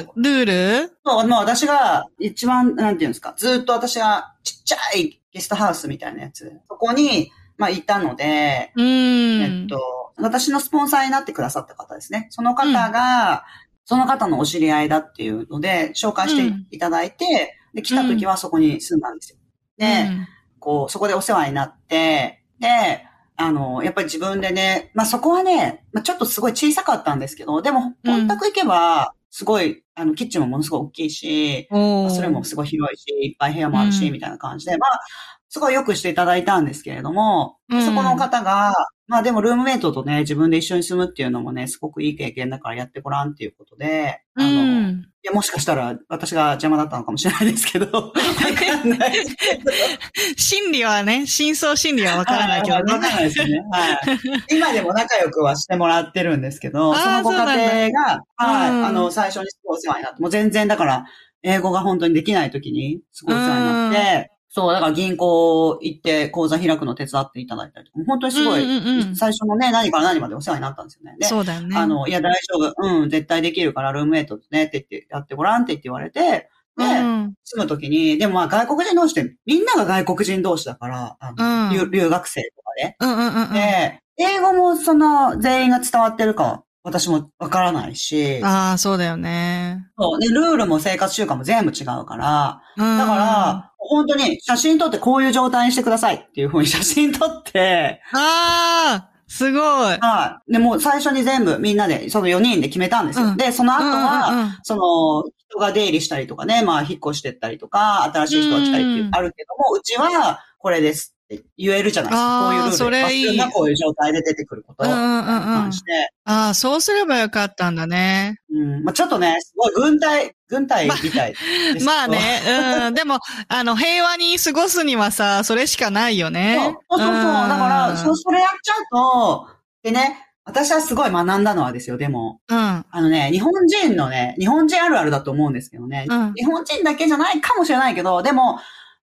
A: あー、ルール
B: そう、もう私が一番、なんていうんですか、ずっと私がちっちゃいゲストハウスみたいなやつ、そこに、まあ、いたので、
A: うー
B: え
A: ん
B: っ。と、私のスポンサーになってくださった方ですね。その方が、その方のお知り合いだっていうので、紹介
A: う
B: し
A: ん
B: ていただいて、で、来た時はそこに住んだんですよ。で、
A: うん
B: こう、そこでお世話になって、で、あの、やっぱり自分でね、まあ、そこはね、まあ、ちょっとすごい小さかったんですけど、でも、
A: うん
B: 本宅行けば、すごい、あの、キッチンもものすごい大きいし、
A: お
B: ま
A: ー
B: あそれもすごい広いし、いっぱい部屋もあるし、
A: うん
B: みたいな感じで、まあ、すごいよくしていただいたんですけれども、
A: うん
B: そこの方が、まあでもルームメイトとね、自分で一緒に住むっていうのもね、すごくいい経験だからやってごらんっていうことで、あ
A: う
B: の、い
A: ん。
B: や、もしかしたら私が邪魔だったのかもしれないですけ ど、わかんない。
A: 心理はね、真相心理はわからないけど
B: わか
A: ね。
B: らないですね。 はい。今でも仲良くはしてもらってるんですけど、
A: あー
B: そのご家庭が、はい、
A: うん
B: あの、最初にすごいお世話になって、もう全然だから、英語が本当にできない時に、すごいお世話になって、そう、だから銀行行って口座開くの手伝っていただいたりとか、本当にすごい、
A: うんうんうん
B: 最初のね、何から何までお世話になったんですよね。で
A: そうだよね。
B: あの、いや、大丈夫。うん、絶対できるから、ルームメイトとね、って言って、やってごらんって言って言われて、
A: う
B: で、
A: ん、
B: 住むときに、でもまあ外国人同士って、みんなが外国人同士だから、あの
A: うん
B: 留留学生とかね。
A: うん、うん、うん。
B: で、英語もその全員が伝わってるか、私もわからないし、
A: ああ、そうだよね。
B: そうでルールも生活習慣も全部違うから、
A: うん、
B: だから、本当に写真撮ってこういう状態にしてくださいっていうふうに写真撮って、
A: ら、ああ、すごい。
B: はい。で、もう最初に全部みんなで、その4人で決めたんですよ。
A: うん
B: で、その後は、
A: うんうんうん
B: その、人が出入りしたりとかね、まあ、引っ越してったりとか、新しい人が来たりっていう
A: うん
B: あるけども、うちは、これですって言えるじゃないですか。
A: あー
B: こういうルール
A: それ
B: で。バスルがこういう状態で出てくること
A: う
B: に
A: んうんうんうん
B: 関。して。
A: ああ、そうすればよかったんだね。
B: うん。まあ、ちょっとね、すごい軍隊、軍隊みたいですけど
A: まあ。ね、うん。でも、あの、平和に過ごすにはさ、それしかないよ
B: そう
A: ね。
B: そうそうそう。だから、そ、それやっちゃうと、でね、私はすごい学んだのはですよ、でも。
A: うん。
B: あのね、日本人のね、日本人あるあるだと思うんですけどね。
A: うん
B: 日本人だけじゃないかもしれないけど、でも、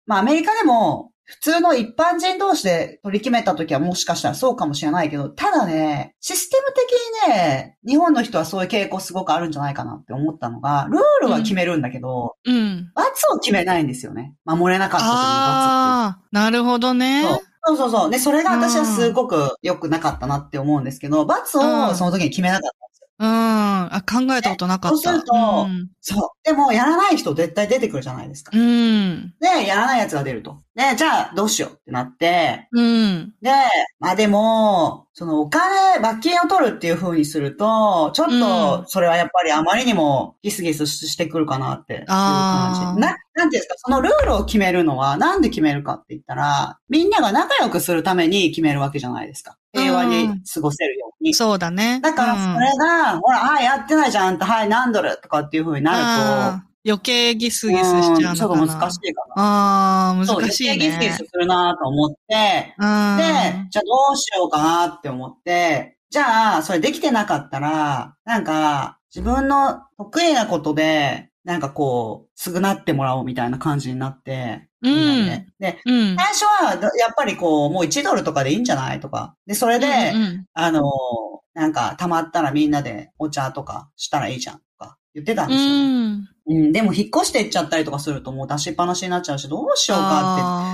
B: まあアメリカでも、普通の一般人同士で取り決めた時はもしかしたらそうかもしれないけど、ただね、システム的にね、日本の人はそういう傾向すごくあるんじゃないかなって思ったのが、ルールは決めるんだけど、
A: うん。
B: 罰を決めないんですよね。守れなかった時の罰っていう
A: ああ、なるほどね。
B: そうそうそうそう。で、それが私はすごく良くなかったなって思うんですけど、罰をその時に決めなかった。
A: うん。あ、考えたことなかった。
B: そうすると
A: うん。
B: そう。でも、やらない人絶対出てくるじゃないですか。
A: うん。
B: で、やらない奴が出ると。で、じゃあ、どうしようってなって、
A: うん。
B: で、まあでも、そのお金、罰金を取るっていう風にすると、ちょっ
A: うん
B: と、それはやっぱりあまりにもギスギスしてくるかなっていう
A: あ
B: 感
A: ー
B: じ。な、なんていうんですか、そのルールを決めるのは、なんで決めるかって言ったら、みんなが仲良くするために決めるわけじゃないですか。平和に過ごせるように。
A: そうだね。
B: だから、それが、ほら、あやってないじゃんって、はい、何ドルとかっていう風になると、
A: あー余計ギスギスしちゃうのかな。
B: んちょっと難しいかな。
A: ああ、
B: そう
A: 難しいね。
B: ギスギスするなと思って、
A: うん。
B: で、じゃあどうしようかなって思って、じゃあ、それできてなかったら、なんか、自分の得意なことで、なんかこう、すぐなってもらおうみたいな感じになって、
A: うん
B: みんなでで、
A: うん。
B: 最初は、やっぱりこう、もう1ドルとかでいいんじゃないとか。で、それで、
A: うん
B: あの、なんか、溜まったらみんなでお茶とかしたらいいじゃんとか言ってたん
A: う
B: ですよ。
A: ん。
B: うん、でも引っ越していっちゃったりとかするともう出しっぱなしになっちゃうし、どうしようか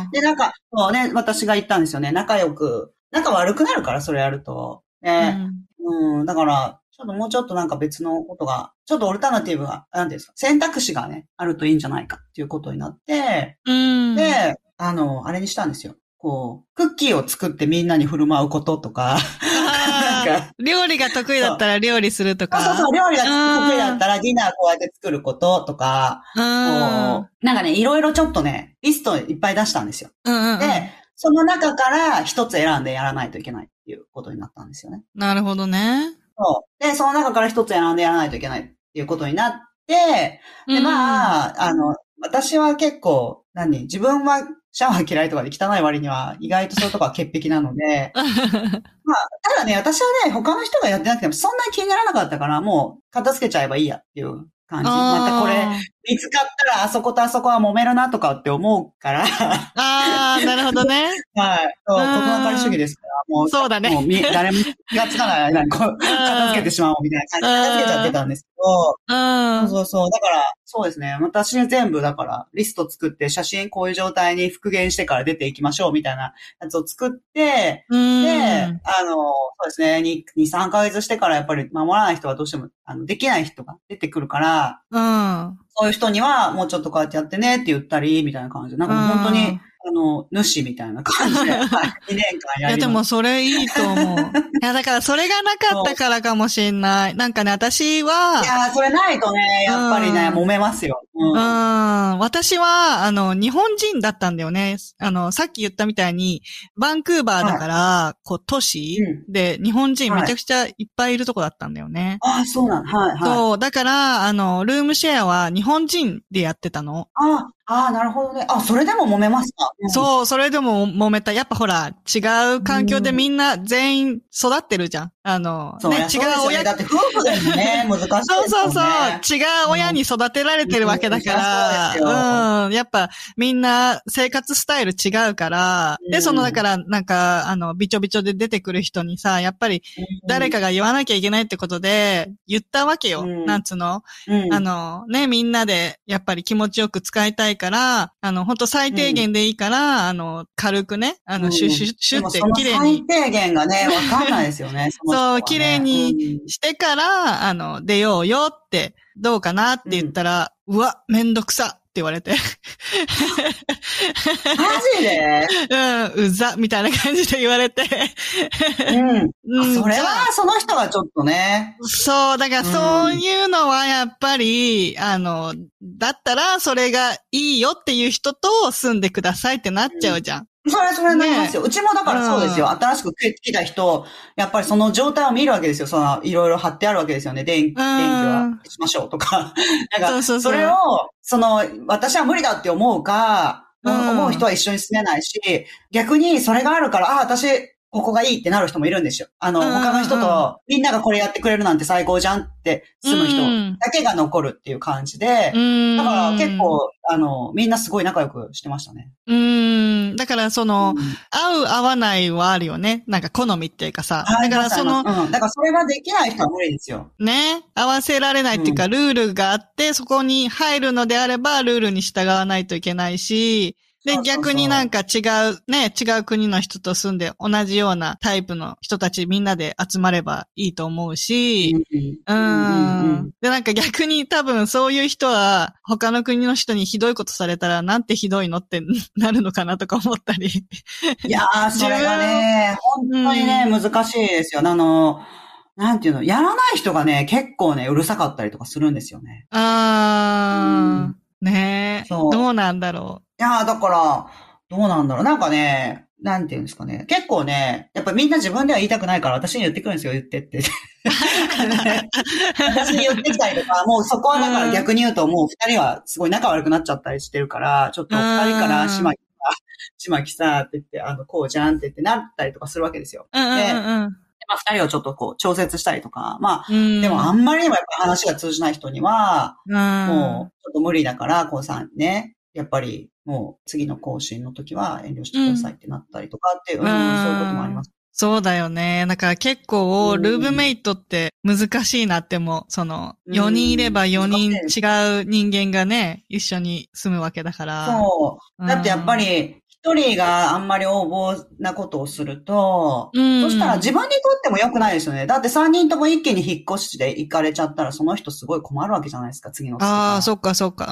B: っ
A: あ
B: て。で、なんか、そうね、私が言ったんですよね。仲良く、仲悪くなるから、それやると。
A: ー
B: ね、うん、だから、ちょっともうちょっとなんか別のことが、ちょっとオルタナティブが、なんていうんですか、選択肢がね、あるといいんじゃないかっていうことになって、
A: うん。
B: で、あの、あれにしたんですよ。こう、クッキーを作ってみんなに振る舞うこととか、
A: あー
B: なんか
A: 料理が得意だったら料理するとか。
B: あそうそう、料理が得意だったらディナーこうやって作ることとか、
A: うん。
B: こう、なんかね、いろいろちょっとね、リストいっぱい出したんですよ。
A: うんうん。
B: で、その中から一つ選んでやらないといけないっていうことになったんですよね。
A: なるほどね。
B: そう。で、その中から一つ選んでやらないといけないっていうことになって、で、
A: あ、
B: まあ、あの、私は結構、何自分はシャワー嫌いとかで汚い割には、意外とそういうとこは潔癖 なので、まあ、ただね、私はね、他の人がやってなくても、そんなに気にならなかったから、もう、片付けちゃえばいいやっていう感じ。またこれ、見つかったらあそことあそこは揉めるなとかって思うから、 はい。
A: あーあー、なるほど ね。う
B: そう、
A: ん
B: ことなかれ主義ですから、もう、
A: そうだね
B: もうみ、誰も気がつかない間に こう、片付けてしまおうみたいな感じで片付けちゃってたんですけど、
A: うん。
B: そうそうそう。だから、そうですね。私全部だから、リスト作って、写真こういう状態に復元してから出ていきましょうみたいなやつを作って、
A: うん。
B: で、あの、そうですね、2、2 3ヶ月してからやっぱり守らない人はどうしても、あの、できない人が出てくるから、
A: うん。
B: そういう人には、もうちょっとこうやってやってねって言ったり、みたいな感じで。なんかもう本当
A: う
B: に
A: ん、
B: あの、主みたいな 感じで、はい、2年間
A: い
B: や
A: や、
B: り
A: で
B: ま
A: も
B: し
A: それいいと思 う。いや、だからそれがなかったからかもしんない。なんかね、私
B: た。
A: は、
B: いやー、それないとね、やっぱりね、
A: うん
B: 揉めますよ。うん。
A: う
B: うん。
A: ん。私は、あの、日本人だったんだよね。あの、さっき言ったみたいに、バンクーバーだから、こう、都市、で、日本人めちゃくちゃいっぱいいるとこだったんだよね。
B: ああ、そうなの。はい、はい。
A: そう、だから、あの、ルームシェアは日本人でやってたの。
B: ああ、ああ、なるほどね。あ、それでも揉めますか。うん
A: そう、それでも揉めた。やっぱほら、違う環境でみんな全員育ってるじゃん。あの、
B: そう、
A: ね、
B: い
A: 違
B: やそうです
A: う親
B: よね。だって夫婦でも ね、難しいですよね。
A: そうそうそう。違う親に育てられてるわけだか
B: うん
A: ら、うん。やっぱみんな生活スタイル違うから、
B: う
A: で、
B: ん
A: そのだからなんか、あの、びちょびちょで出てくる人にさ、やっぱり誰かが言わなきゃいけないってことで、言ったわけよ。
B: うん
A: なんつうの
B: うん、うん、
A: あの、ね、みんなで、やっぱり気持ちよく使いたいから、あの、ほんと最低限でいいから、あの、軽くね、あ
B: うん
A: の、シュッシュッシ
B: で
A: ュ
B: も
A: って
B: その
A: 綺麗に
B: 最低限がね、わかんないですよ ね。の人はね
A: そう綺麗に
B: うん
A: してから、あの、出ようよって、どうかなって言ったら、うわ、めんどくさって言われて、
B: マジで
A: うん、うざ、みたいな感じで言われて、
B: うん。
A: う
B: あ
A: ん、
B: それ
A: じゃあ
B: は、その人はちょっとね。
A: そう、だからそういうのはやっぱり、あの、だったらそれがいいよっていう人と住んでくださいってなっちゃうじゃん。
B: それはそれになりますよ。うちもだからそうですよ。
A: うん
B: 新しく来た人、やっぱりその状態を見るわけですよ。その、いろいろ貼ってあるわけですよね。電気、電気は消しましょう とか。な
A: そ
B: ん
A: うそ
B: か、
A: うそ
B: そうれを、その、私は無理だって思うか、
A: うん
B: 思う人は一緒に住めないし、逆にそれがあるから、あ、私、ここがいいってなる人もいるんですよ。あの、
A: うんうんうん
B: 他の人と、みんながこれやってくれるなんて最高じゃんって、住む
A: うん
B: 人だけが残るっていう感じで、
A: うん。
B: だから結構、あの、みんなすごい仲良くしてましたね。
A: うん。だからその、
B: うん
A: 合う合わないはあるよね。なんか好みっていうかさ。
B: は
A: だ
B: い
A: からその、
B: うん、だからそれができない人は無理ですよ。
A: ね、合わせられないっていうか、ルールがあって、そこに入るのであれば、ルールに従わないといけないし、で
B: そう、そうそう
A: 逆になんか違う、ね、違う国の人と住んで、同じようなタイプの人たちみんなで集まればいいと思うし、う
B: うんうんうんん。
A: で、なんか逆に多分そういう人は、他の国の人にひどいことされたら、なんてひどいのってなるのかなとか思ったり。
B: いやー、それがね、本当にね、難しいですよ。あの、なんていうの、やらない人がね、結構ね、うるさかったりとかするんですよね。
A: あー、ねえ、
B: そう
A: どうなんだろ
B: いやー、だから、どうなんだろう。なんかね、なんていうんですかね。結構ね、やっぱみんな自分では言いたくないから私に言ってくるんですよ、言ってって。 私に言ってきたりとか、もうそこはだから逆に言うと、もう二人はすごい仲悪くなっちゃったりしてるから、ちょっと二人から、
A: うん
B: しまきさ、しまきさ、って言って、あの、こうじゃんって言ってなったりとかするわけですよ。
A: う。うんうんうん。
B: まあ、二人をちょっとこう、調節したりとか、まあ、
A: うん。
B: でもあんまりにもやっぱ話が通じない人には、
A: うん
B: もう、ちょっと無理だから、こうさんね、やっぱり、もう、次の更新の時は遠慮してくださいってなったりとかっていう、
A: うん
B: うんそういうこともあります。
A: そうだよね。だから結構、
B: うん
A: ルームメイトって難しいなっても、その、
B: うん
A: 4人いれば4人
B: 難し
A: 違う人間がね、一緒に住むわけだから。
B: そう。だってやっぱ
A: う
B: り、一人があんまり横暴なことをすると、
A: ん、
B: そしたら自分にとっても良くないですよね。だって3人とも一気に引っ越しで行かれちゃったら、その人すごい困るわけじゃないですか、次の月とか
A: ああ、そっかそっか。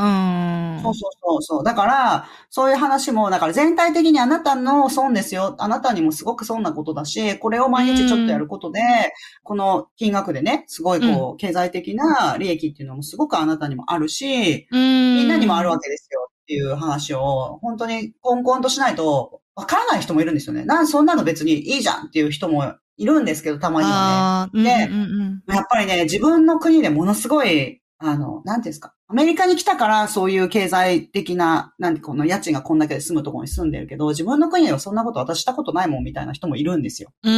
A: うん。
B: そうそうそうそう。だから、そういう話も、だから全体的にあなたの損ですよ。あなたにもすごく損なことだし、これを毎日ちょっとやることで、この金額でね、すごいこう、経済的な利益っていうのもすごくあなたにもあるし、
A: うん。
B: みんなにもあるわけですよっていう話を、本当にコンコンとしないと、わからない人もいるんですよね。なん、そんなの別にいいじゃんっていう人もいるんですけど、たまにはね。
A: ああ、
B: ね
A: うんうんうん
B: やっぱりね、自分の国でものすごい、あの、なんていうんですか。アメリカに来たから、そういう経済的な、なんて、この家賃がこんだけで住むところに住んでるけど、自分の国ではそんなこと私したことないもんみたいな人もいるんですよ。
A: うん。う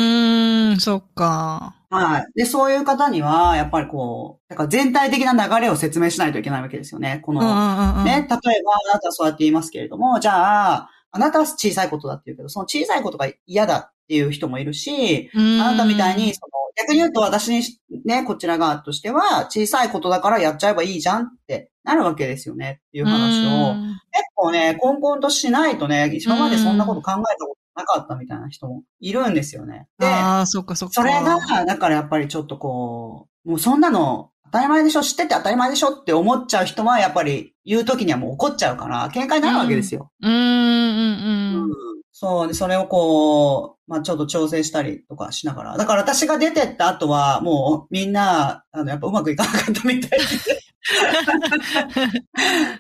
A: ーん、そっか。
B: はい。で、そういう方には、やっぱりこう、だから全体的な流れを説明しないといけないわけですよね。こ
A: う
B: の、
A: んうんうんうん。
B: ね、例えば、あなたはそうやって言いますけれども、じゃあ、あなたは小さいことだって言うけど、その小さいことが嫌だっていう人もいるし、
A: うん。
B: あなたみたいに、その、逆に言うと私にしね、こちら側としては、小さいことだからやっちゃえばいいじゃんってなるわけですよねっていう話を、結構ね、コンコンとしないとね、今までそんなこと考えたことなかったみたいな人もいるんですよね。
A: うん。
B: で、
A: ああ、そっかそっか。
B: それが、だからやっぱりちょっとこう、もうそんなの当たり前でしょ、知ってて当たり前でしょって思っちゃう人は、やっぱり言うときにはもう怒っちゃうから、喧嘩になるわけですよ。
A: うん、うん、うん。
B: そう、で、それをこう、まあ、ちょっと調整したりとかしながら。だから私が出てった後は、もうみんな、あの、やっぱうまくいかなかったみたいで。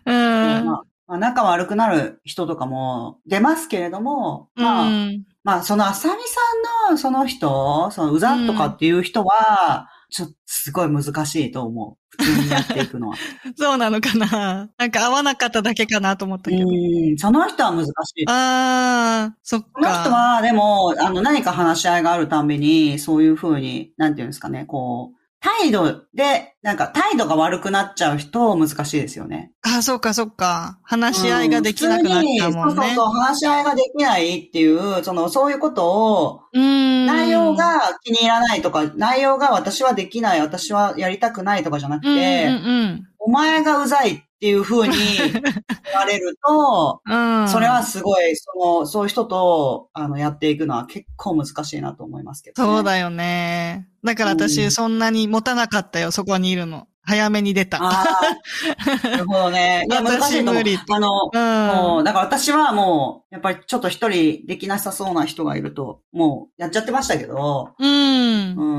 A: うん。
B: まあまあ、仲悪くなる人とかも出ますけれども、まあ、
A: うん
B: まあ、そのあさみさんのその人、そのうざっとかっていう人は、ちょっとすごい難しいと思う。普通にやっていくのは。
A: そうなのかななんか合わなかっただけかなと思った
B: う
A: けど。
B: ん、その人は難しい。
A: ああ、そっか。
B: この人は、でも、あの、何か話し合いがあるたんびに、そういうふうに、なんていうんですかね、こう、態度で、なんか態度が悪くなっちゃう人、難しいですよね。
A: あ、そうか、そうか。話し合いができなくなっちゃうもん
B: 普通に
A: ね
B: そう。そうそう、話し合いができないっていう、その、そういうことを、
A: うん。
B: 内容が気に入らないとか、内容が私はできない、私はやりたくないとかじゃなく
A: うん、うん、
B: て、お前がうざいっていうふうに言われる と、
A: うん。うん。
B: それは。すごい、その、そういう人と、あの、やっていくのは結構難しいなと思いますけど、ね。
A: そうだよね。だから
B: う
A: 私、
B: ん
A: そんなに持たなかったよ、そこにいるの。早めに出た。
B: あ あ、なるほどね。いや、難しいと思
A: 私無
B: う
A: 理。
B: あの、も
A: うん。
B: う、だから私はもう、やっぱりちょっと一人できなさそうな人がいると、もう、やっちゃってましたけど、
A: うん。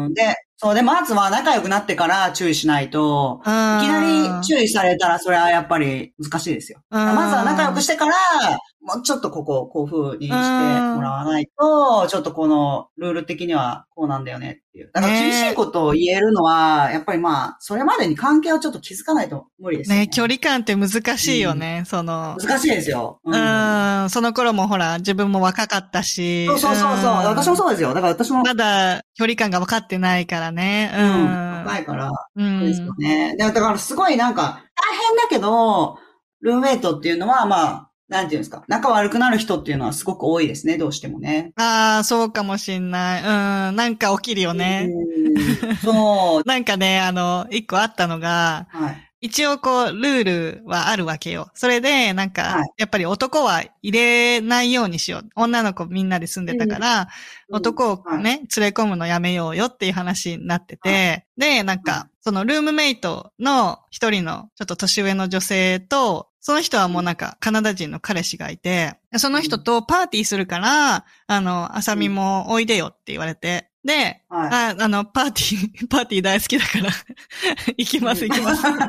B: うん、で、そう、で、まずは仲良くなってから注意しないと、いきなり
A: 意。
B: 注意されたら、それはやっぱり難しいですよ。まずは仲良くしてから、もうちょっとここをこういう風にしてもらわないと、ちょっとこのルール的にはこうなんだよねっていう。だから
A: ね
B: 厳しいことを言えるのは、やっぱりまあ、それまでに関係をちょっと気づかないと無理ですよね。
A: ね、距離感って難しいよね、その。
B: 難しいですよ。うん。
A: うん、その頃もほら、自分も若かったし。
B: そうそうそうそう。
A: ん
B: 私もそうですよ。だから私も、
A: まだ距離感が分かってないからね。う。
B: うんん、若いから、
A: う
B: そ
A: ん
B: うですよね。だからすごいなんか、大変だけど、ルームメイトっていうのはまあ、なんていうんですか、仲悪くなる人っていうのはすごく多いですね、どうしてもね。
A: ああ、そうかもしんない。うん。なんか起きるよね。
B: うん。そう。
A: なんかね、あの、一個あったのが、
B: はい。
A: 一応こう、ルールはあるわけよ。それで、なんか、
B: はい
A: やっぱり男は入れないようにしよう。女の子みんなで住んでたから、男をね、連れ込むのやめようよっていう話になってて、で、なん
B: は
A: か、そのルームメイトの一人のちょっと年上の女性と、その人はもうなんかカナダ人の彼氏がいて、その人とパーティーするから、あの、あさみもおいでよって言われて、で、
B: は
A: あ
B: い
A: あの、パーティー、パ ーティー大好きだから、行きます行きます。
B: はい。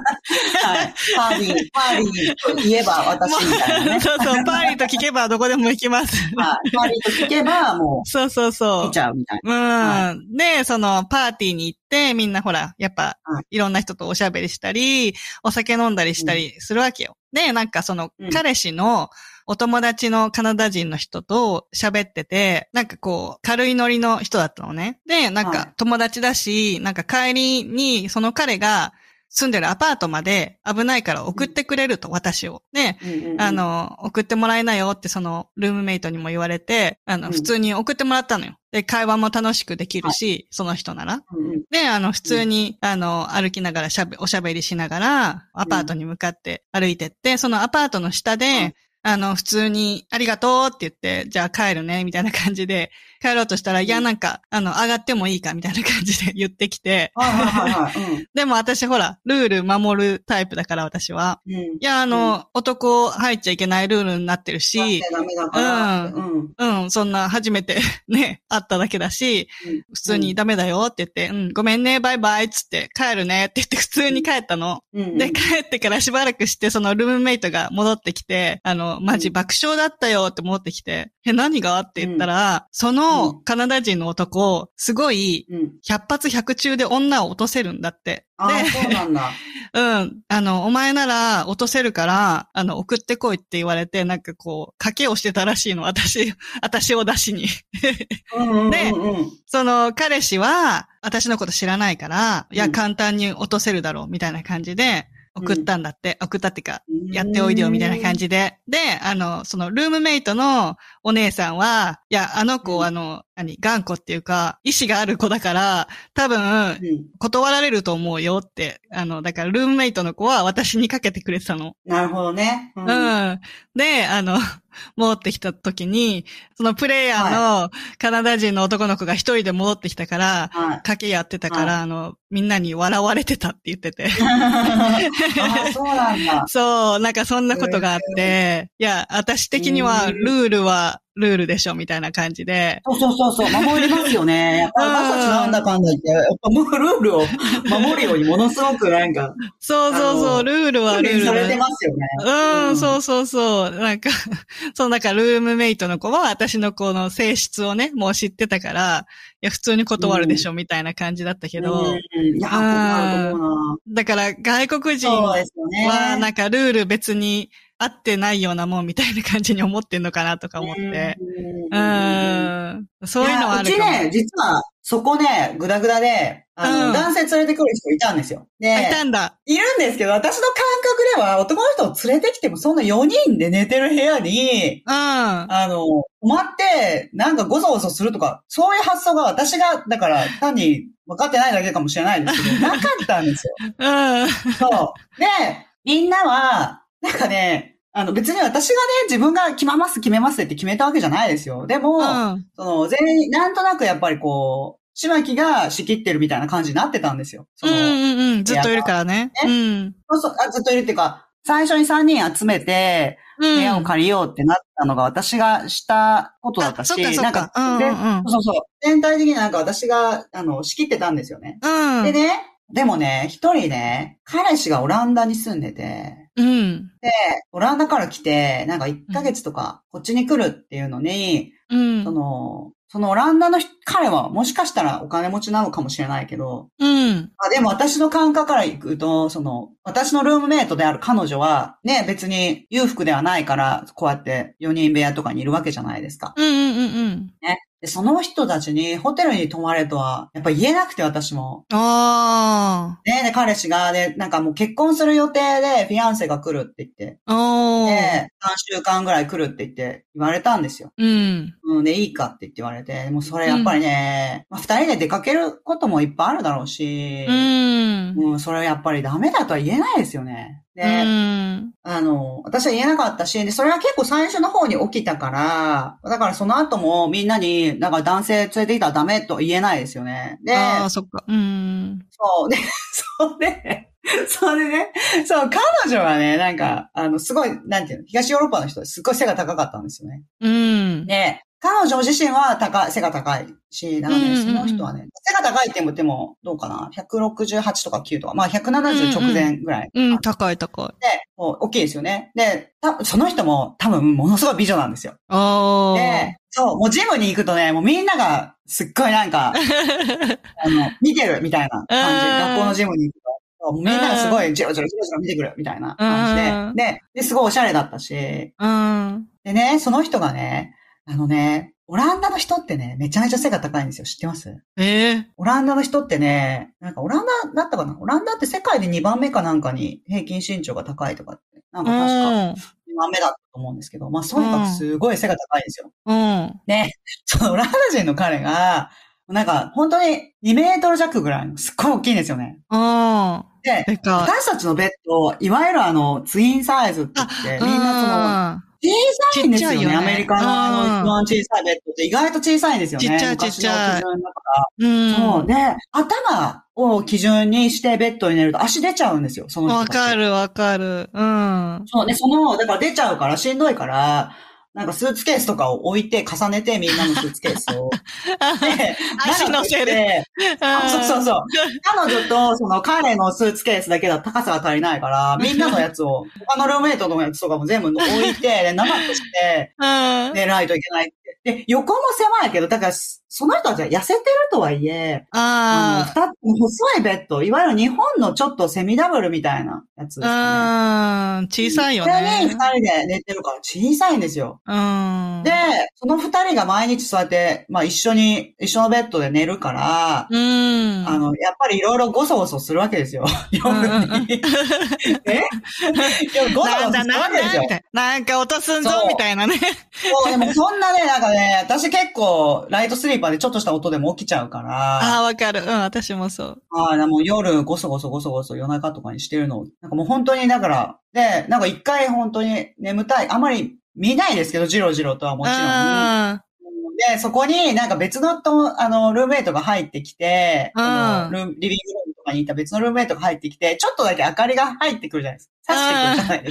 B: パーティー、パーティーと言えば私みたいなね。
A: そうそう、パーリーと聞けばどこでも行きます。
B: はい。パーティーと聞けば、も
A: そうそう
B: う、
A: そ
B: 見
A: う
B: ち。ゃうみたい
A: うん、
B: は
A: で、そのパーティーに行って、みんなほら、やっぱ、、
B: はい
A: ろんな人とおしゃべりしたり、お酒飲んだりしたりするわけよ。で、なんかその
B: うん
A: 彼氏のお友達のカナダ人の人と喋ってて、なんかこう、軽いノリの人だったのね。で、なん
B: はい
A: か友達だし、なんか帰りに、その彼が住んでるアパートまで危ないから送ってくれると、私を。で、あ、の、送ってもらえないよってそのルームメイトにも言われて、あ
B: う
A: の、
B: ん
A: 普通に送ってもらったのよ。で、会話も楽しくできるし、その人なら。
B: うんうん
A: で、あの、普通に、あの、歩きながらしゃべ、おしゃべりしながら、アパートに向かって歩いてって、そのアパートの下で、
B: うん
A: あの、普通に、ありがとうって言って、じゃあ帰るね、みたいな感じで、帰ろうとしたら、いや、なんか、あの、上がってもいいか、みたいな感じで言ってきて、
B: はいはいはいはい。うん
A: でも私ほら、ルール守るタイプだから、私は。
B: うん
A: いや、あの、
B: う
A: 男入っちゃいけないルールになってる
B: だっ、
A: して
B: ダメだからって。うん。
A: うん、そんな初めて ね、会っただけだし、
B: うん
A: 普通にダメだよって言って、うん、ごめんね、バイバイっつって帰るねって言って普通に帰ったの。
B: うんうん
A: で、帰ってからしばらくして、そのルームメイトが戻ってきて、あの、マジ爆笑だったよって戻ってきて、え、何がって言ったら、そうのカナダ人の男、すごい、
B: うん。
A: 100発100中で女を落とせるんだって。
B: ああ、そうなんだ。
A: うん。あの、お前なら落とせるから、あの、送ってこいって言われて、なんかこう、賭けをしてたらしいの。私、私を出しに。
B: うんうんうんうん
A: で
B: うん
A: その、彼氏は、私のこと知らないから、いや、
B: うん
A: 簡単に落とせるだろう、みたいな感じで、送ったんだって、送ったってか、
B: うん
A: やっておいでよ、みたいな感。じで。で、あの、その、ルームメイトのお姉さんは、いや、あの
B: うん
A: 子、あの、何、頑固っていうか、意志がある子だから、多分、
B: うん
A: 断られると思うよって。あの、だからルームメイトの子は私にかけてくれてたの。
B: なるほどね。う
A: うんん。 で、あの、 戻ってきた時に、そのプレイヤーのカナダ人の男の子が一人で戻ってきたから、
B: はい。
A: 賭けやってたから、あの、みんなに笑われてたって言ってて。
B: ああ、そうなんだ。
A: そう、なんかそんなことがあって、いや、私的には
B: うん
A: ルールはルールでしょ、みたいな感じで。
B: そうそうそうそう、守ります よね。やっぱり私たちなんだかんだ言って、やっぱもうルールを守るようにものすごくなんか、
A: そうそうそ
B: あの
A: う、ルールは
B: 訓
A: ルー
B: 練
A: ル
B: さ
A: だ
B: れてますよね。。
A: うん、そううそうそう。なんか、 そう、なんかルームメイトの子は私の子の性質をね、もう知ってたから、いや、普通に断るでしょ、みたいな感じだったけど、
B: うん、いや、困ると思う
A: だから外国人
B: な。そう
A: は
B: ですよね。
A: なんかルール別に合ってないようなもんみたいな感じに思ってんのかなとか思って。う。
B: うん
A: そういうのはある
B: い
A: か
B: や
A: も。
B: うちね、実は、そこね、ぐだぐだで、あの、
A: うん
B: 男性連れてくる人いたんですよ。で、
A: あいたんだ。
B: いるんですけど、私の感覚では、男の人を連れてきても、そんな4人で寝てる部屋に、
A: うん。
B: あの、待って、なんかごそごそするとか、そういう発想が私が、だから、単に分かってないだけかもしれないですけど、 なかったんですよ。
A: うん。
B: そう。で、みんなは、なんかね、あの別に私がね、自分が決めます、決めますって決めたわけじゃないですよ。でも、
A: うん。
B: その、全員、なんとなくやっぱりこう、島木が仕切ってるみたいな感じになってたんですよ。そ
A: うん
B: の、
A: うんうん。ずっといるからね。
B: 部
A: うん。
B: そうそうあずっといるっていうか、最初に3人集めて、
A: 部
B: 部屋を借りようってなったのが私がしたことだったし、
A: あそっかそっか
B: なんか、
A: うんうんうん
B: でそうそうそう。全体的になんか私が、あの、仕切ってたんですよね。
A: うん。
B: でね、でもね、一人ね、彼氏がオランダに住んでて、
A: うん。
B: オランダから来て、なんか1ヶ月とかこっちに来るっていうのに、
A: うん。
B: その、そのオランダの人彼はもしかしたらお金持ちなのかもしれないけど、
A: うん。
B: あでも私の感覚から行くと、その、私のルームメイトである彼女は、ね、別に裕福ではないから、こうやって4人部屋とかにいるわけじゃないですか。
A: うんうんうんうん。
B: でその人たちにホテルに泊まれとは、やっぱ言えなくて私も。
A: あ
B: ね、で、彼氏が、で、なんかもう結婚する予定で、フィアンセが来るって言って、
A: あ。おー
B: で、3週間ぐらい来るって言って、言われたんですよ。
A: うん。
B: うん、で、いいかって言って言われて、もうそれやっぱりね、まあ、二人で出かけることもいっぱいあるだろうし、
A: うん。
B: うん、それはやっぱりダメだとは言えないですよね。で、
A: うん。
B: あの、私は言えなかったし、で、それは結構最初の方に起きたから、だからその後もみんなに、なんか男性連れてきたらダメとは言えないですよね。で、
A: ああ、そっか。うん。
B: そう、で、 そうね、それね、そう、彼女はね、なんか、あの、すごい、なんていうの、東ヨーロッパの人ですっごい背が高かったんですよね。
A: うん。
B: で、彼女自身は高い、背が高いし、なんか
A: うんうんう
B: ね、
A: ん
B: その人はね、背が高いって言っても、どうかな、168とか9とか、まあ170直前ぐらい。
A: う
B: あ
A: ん、
B: って
A: 高い高い。
B: こう大きいですよね。で、たその人も多分ものすごい美女なんですよ。
A: あ
B: で、そう、もうジムに行くとね、もうみんながすっごいなんか、あの、見てるみたいな感じ。
A: うん
B: 学校のジムに行くと。そうみんながすごいジロジロジロジロ見てくるみたいな感じで。でで、すごいおしゃれだったし、
A: あ。うん。
B: でね、その人がね、あのね、オランダの人ってね、めちゃめちゃ背が高いんですよ。知ってます
A: ええ
B: オランダの人ってね、なんかオランダだったかなオランダって世界で2番目かなんかに平均身長が高いとかって、なんか確か2番目だったと思うんですけど、まあとにかくすごい背が高いんですよ。
A: うん。うん。
B: ね、 そのオランダ人の彼が、なんか本当に2メートル弱ぐらいのすっごい大きいんですよね。
A: うん。
B: で、
A: でかい。
B: 私たちのベッド、いわゆるあの、ツインサイズって言って、みんなその、小さいんですよね。
A: ちっちゃいよね
B: アメリカのあ
A: うん
B: の、一番小さいベッドって意外と小さいんですよね。
A: ちっちゃいちっちゃい
B: 昔の基準だか
A: そ
B: ら
A: の、
B: そう。で、頭を基準にしてベッドに寝ると足出ちゃうんですよ、その
A: うん。
B: 人
A: わ
B: たち
A: か。るわかる。うん。
B: そうね、その、だから出ちゃうからしんどいから、なんかスーツケースとかを置いて重ねてみんなのスーツケー スを。で
A: 足乗せる
B: 長くしてあそうそうそう。 彼女と、その彼のスーツケースだけだと高さが足りな いから、みんなのやつを、他のルームメイトのやつとかも全部置いて、で長く して、
A: うん。
B: 寝ないといけないって。で、横も狭いけど、だから、その人たちは痩せてるとはいえ、あ
A: あ
B: の、二つ、細いベッド、いわゆる日本のちょっとセミダブルみたいなやつですかね。
A: あ。うん。小さいよね。
B: それに二人で寝てるから小さいんですよ。
A: うん。
B: で、その二人が毎日そうやって、まあ一緒に、一緒のベッドで寝るから、
A: うん。
B: あの、やっぱりいろいろごそごそするわけですよ。夜に。 え夜ごそ
A: な
B: ご
A: ん
B: そ
A: だ
B: するわ
A: なん
B: けで
A: だ
B: す
A: み
B: よ
A: た。いな。なんか音すんぞ
B: そう
A: みたいなね。
B: そうでもそんなね、なんかね、私結構ライトスリーパーでちょっとした音でも起きちゃうから、
A: あ
B: あ
A: あ、わかる。うん、私もそう。
B: あー、もう夜ごそごそごそごそ夜中とかにしてるの、なんかもう本当にだから、で、なんか一回本当に眠たい、あまり見ないですけど、ジロジロとはもちろん。
A: あ
B: で、そこになんか別のと、あの、ルームメイトが入ってきて、
A: うん
B: あのルーリビングルームとかにいた別のルームメイトが入ってきて、ちょっとだけ明かりが入ってくるじゃないですか。差してくるじゃない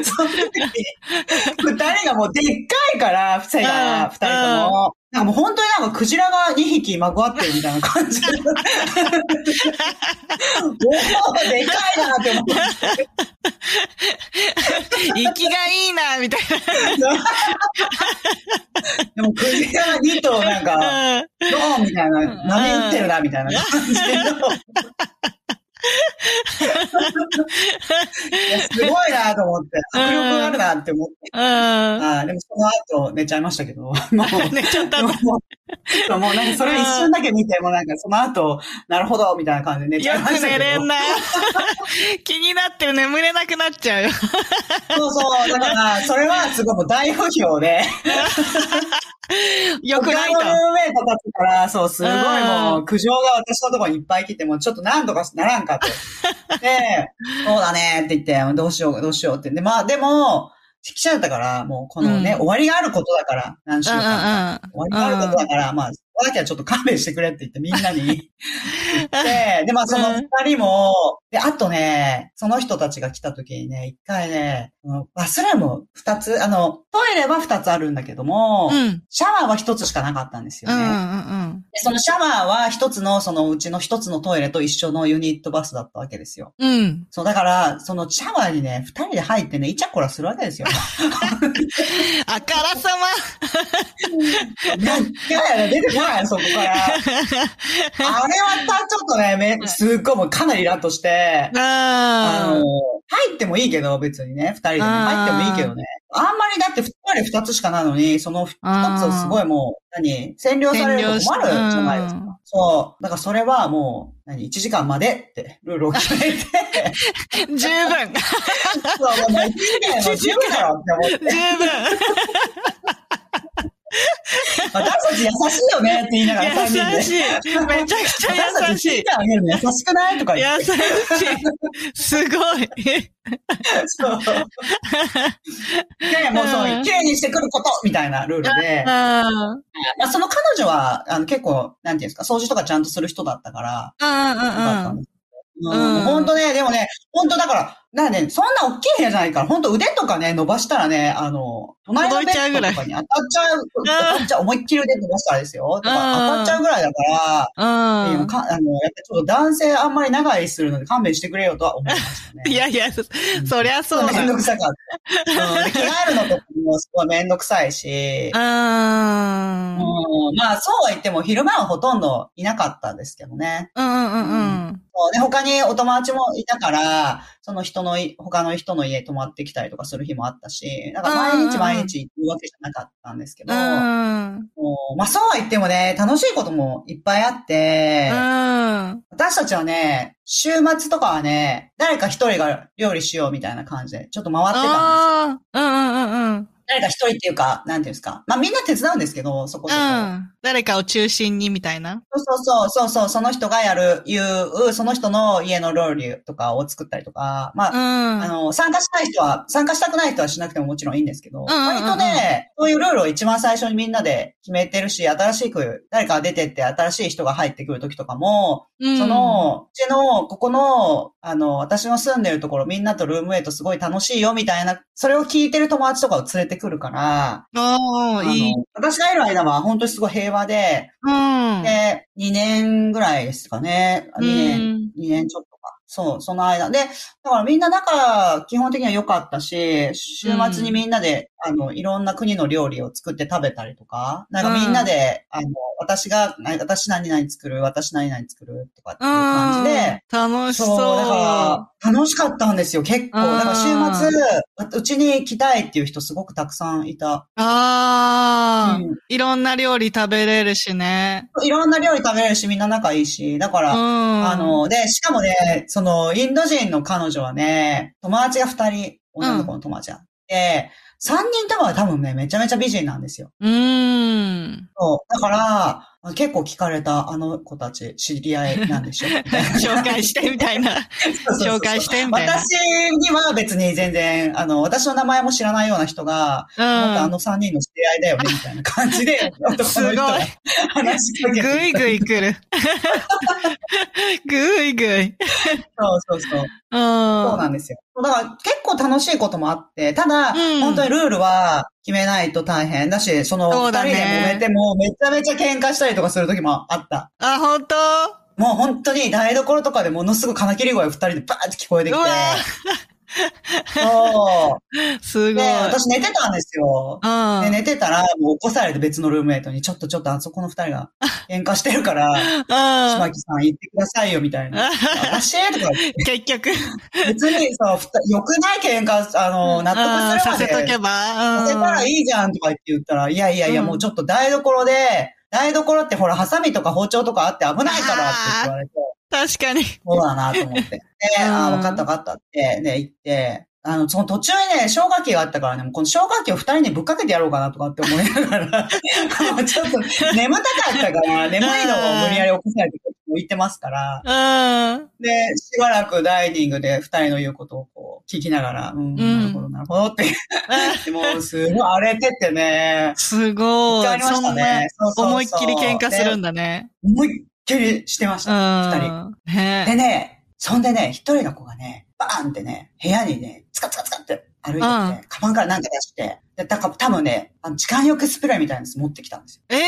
B: です か。その時に、二人がもうでっかいから、二人
A: うん
B: が、二人とも。なんかもう本当になんかクジラが2匹まぐわってるみたいな感じで。 もうでかいなって思 って。
A: ー息がいいな、みたい
B: でもクジラが2頭なんか、
A: な。
B: ドーンみたいな、波打ってるな、みたいな感じの。いやすごいなと思って、迫力があるなって思って。
A: うん。
B: あーでもその後寝ちゃいました けど、もう。
A: 寝ちゃった
B: でももう、もうなんかそれ一瞬だけ見て、もうなんかその後、なるほど、みたいな感じで寝ち
A: よ
B: ゃいま
A: く
B: した
A: 寝
B: けど。
A: れんな。 気になって眠れなくなっちゃうよ。
B: そうそう。だから、それはすごいもう大不評で。
A: よくない
B: 他のル
A: と。
B: ームメイトたちから、そう、すごいもう、苦情が私のところにいっぱい来て、もうちょっとなんとかならんかと。 で、そうだねって言って、どうしよう、どうしようって。で、まあでも、来ちゃったから、もうこのね、
A: うん
B: 終わりがあることだから、何週
A: うんう
B: 間か。終わりがある
A: ん
B: ことだから、まあ、そこだけはちょっと勘弁してくれって言ってみんな に言って、で、まあその二人も、で、あとね、その人たちが来た時にね、一回ね、そのバスルーム二つ、あの、トイレは二つあるんだけども、
A: うん。うん。うん
B: シャワーは一つしかなかったんですよ
A: う
B: ね。
A: んうん。
B: でそのシャワーは一つの、そのうちの一つのトイレと一緒のユニットバスだったわけですよ。
A: うん。
B: そう、だから、そのシャワーにね、二人で入ってね、イチャコラするわけですよ。
A: あからさ
B: なんかや出てこないのそこから。あれはた、ちょっとね、め、すっごいもうかなりイラッとして、あ
A: ま。
B: の、
A: うん。
B: 入ってもいいけど、別にね、二人で
A: う
B: ね、
A: ん
B: 入ってもいいけどね。あんまりだってトイレ二つしかないのに、その二つをすごいもう、何、占領されると困るじゃないで
A: 占領し
B: す
A: うん
B: か。そう。だからそれはもう、何、1時間までってルールを決 めて、
A: 十分。
B: そう、もう1時間もう十分だろって思
A: 十
B: って。
A: 分。
B: 私たち優しいよねって言いながら3人で。
A: 優しい。めちゃくちゃ優しい
B: 私たち一時。間あげるの優しくないとか言っ
A: 優
B: て。
A: しい。すご い。
B: そう。いやいや、もうそう
A: う、ん
B: 綺麗にしてくることみたいなルールで、
A: うん。うん
B: まあ、その彼女は、あの、結構、なんていうんですか、掃除とかちゃんとする人だったから、よかった
A: うんんうん。
B: ですけど
A: う
B: うんん、本当ね、でもね、本当だから、だからね、そんな大きい部屋じゃないから、本当腕とかね、伸ばしたらね、あの、隣のベッドとかに当たっちゃう、当たっちゃう、思いっきり腕伸ばしたらですよ、とか、
A: うん
B: 当たっちゃうぐらいだから、っていう
A: う
B: の
A: ん。
B: かあの、やっぱりちょっと男性あんまり長居するので勘弁してくれよとは思いましたね。
A: いやいや、そそりゃそう
B: め
A: だ。
B: んど
A: う。
B: くさかった。うん、で着替えるのとかもすごいめんどくさいし、うんん、まあそうは言っても昼間はほとんどいなかったんですけどね。
A: うんうんうんうん。
B: そうで他にお友達もいたから、その人のい、他の人の家泊まってきたりとかする日もあったし、なんか
A: うん
B: 毎
A: うんう
B: 日
A: ん
B: 毎日行くわけじゃなかったんですけど、
A: うん。
B: もうまあそうは言ってもね、楽しいこともいっぱいあって、
A: うん。
B: 私たちはね、週末とかはね、誰か一人が料理しようみたいな感じで、ちょっと回ってたんですよ。
A: ああ、うんうんうんうん。
B: 誰か一人っていうか、なんていうんですか。まあみんな手伝うんですけど、そこそこ。
A: うん。誰かを中心にみたいな。
B: そうそうそうそう、その人がやる、いう、その人の家の料理とかを作ったりとか、まあ、
A: うん。
B: あの、参加したい人は、参加したくない人はしなくてももちろんいいんですけど、
A: んうんうん
B: 割とね、そういうルールを一番最初にみんなで決めてるし、新しく誰かが出てって新しい人が入ってくる時とかも、
A: うん
B: そ、の、うちの、ここの、あの、私の住んでるところみんなとルームメイトすごい楽しいよみたいな、それを聞いてる友達とかを連れてくるから、
A: あ
B: あ
A: あ、いい。
B: の、私がいる間は本当にすごい平和で、
A: うん。
B: で、2年ぐらいですかね。2年、
A: うん
B: 2年ちょっとか。そう、その間。で、だからみんな仲、基本的には良かったし、週末にみんなで、あの、いろんな国の料理を作って食べたりとか、なんかみんなで、あの、私が、な私何々作る、私何々作るとかっていう感じで、
A: うん楽しそう。
B: だから、楽しかったんですよ、結構。
A: うん
B: だから週末、わうちに来たいっていう人すごくたくさんいた。
A: ああ、
B: うん
A: いろんな料理食べれるしね。
B: いろんな料理食べれるし、みんな仲いいし、だか
A: うん。
B: ら、あ
A: あ、
B: の、で、しかもね、その、インド人の彼女はね、友達が二人、女の子の友達が。で、三人ともは多分ね、めちゃめちゃ美人なんですよ。
A: うん。
B: そう。だから、あ結構聞かれた、あの子たち、知り合いなんで しょ
A: 紹介してみたいな。紹介してみたいな
B: 私には別に全然、あの、私の名前も知らないような人が、なんかあ
A: う
B: の三人の知り合いだよね、みたいな感じ で、男の人が
A: す
B: 話しか
A: ん。
B: け
A: ぐ
B: て
A: い
B: きた。
A: ぐい来る。ぐいぐい。
B: そうそうそう。
A: うん。
B: そうなんですよ。だから結構楽しいこともあって、ただ、
A: うん
B: 本当にルールは決めないと大変だし、その
A: そ
B: 二
A: う
B: 人
A: だ
B: で
A: ね
B: 揉めてもめちゃめちゃ喧嘩したりとかする時もあった。
A: あ、本当
B: もう本当に台所とかでものすごい金切り声二人でバーって聞こえてき
A: うわ
B: て。そ
A: す
B: う。
A: ご
B: で
A: い。、
B: 私寝てたんですよ。
A: うん。
B: で、寝てたら、もう起こされて別のルームメイトに、ちょっとちょっとあそこの二人が喧嘩してるから、島
A: う
B: 木さん行ってくださいよ、みたい な。私とか言って
A: ん。 結局、
B: 別にさ、ふた良くない喧嘩、あの、
A: うん
B: 納得する
A: さ
B: まで。
A: せとけば。う
B: さ
A: ん
B: せたらいいじゃんとか言って言ったら、いやいやいや、
A: うん
B: もうちょっと台所で、台所ってほら、ハサミとか包丁とかあって危ないからって言われて、
A: 確かに。
B: そうだなと 思って。で、
A: うん
B: ああ、わかったわかったって、ね、行って、あの、その途中にね、消火器があったからね、もうこの消火器を二人にぶっかけてやろうかなとかって思いな がら、もうちょっと眠たかったから、眠いのを無理やり起こされて、言ってますから、
A: うん。
B: で、しばらくダイニングで二人の言うことをこう聞きながら、うん、なるほど、なるほど ってでもうすごい荒れてってね。
A: すごい。
B: ありましたね。そう
A: そ
B: そ
A: んな
B: うそう
A: 思いっきり喧嘩するんだね。
B: で思いっきりしてまし
A: う
B: た。二
A: ん。ね
B: でね、そんでね、一人の子がね、バーンってね、部屋にね、つかつかつかって歩いてきて、カバンからなんか出して、で、だから多分ね、あの、時間浴スプレーみたいなやつ持ってきたんですよ。
A: え。え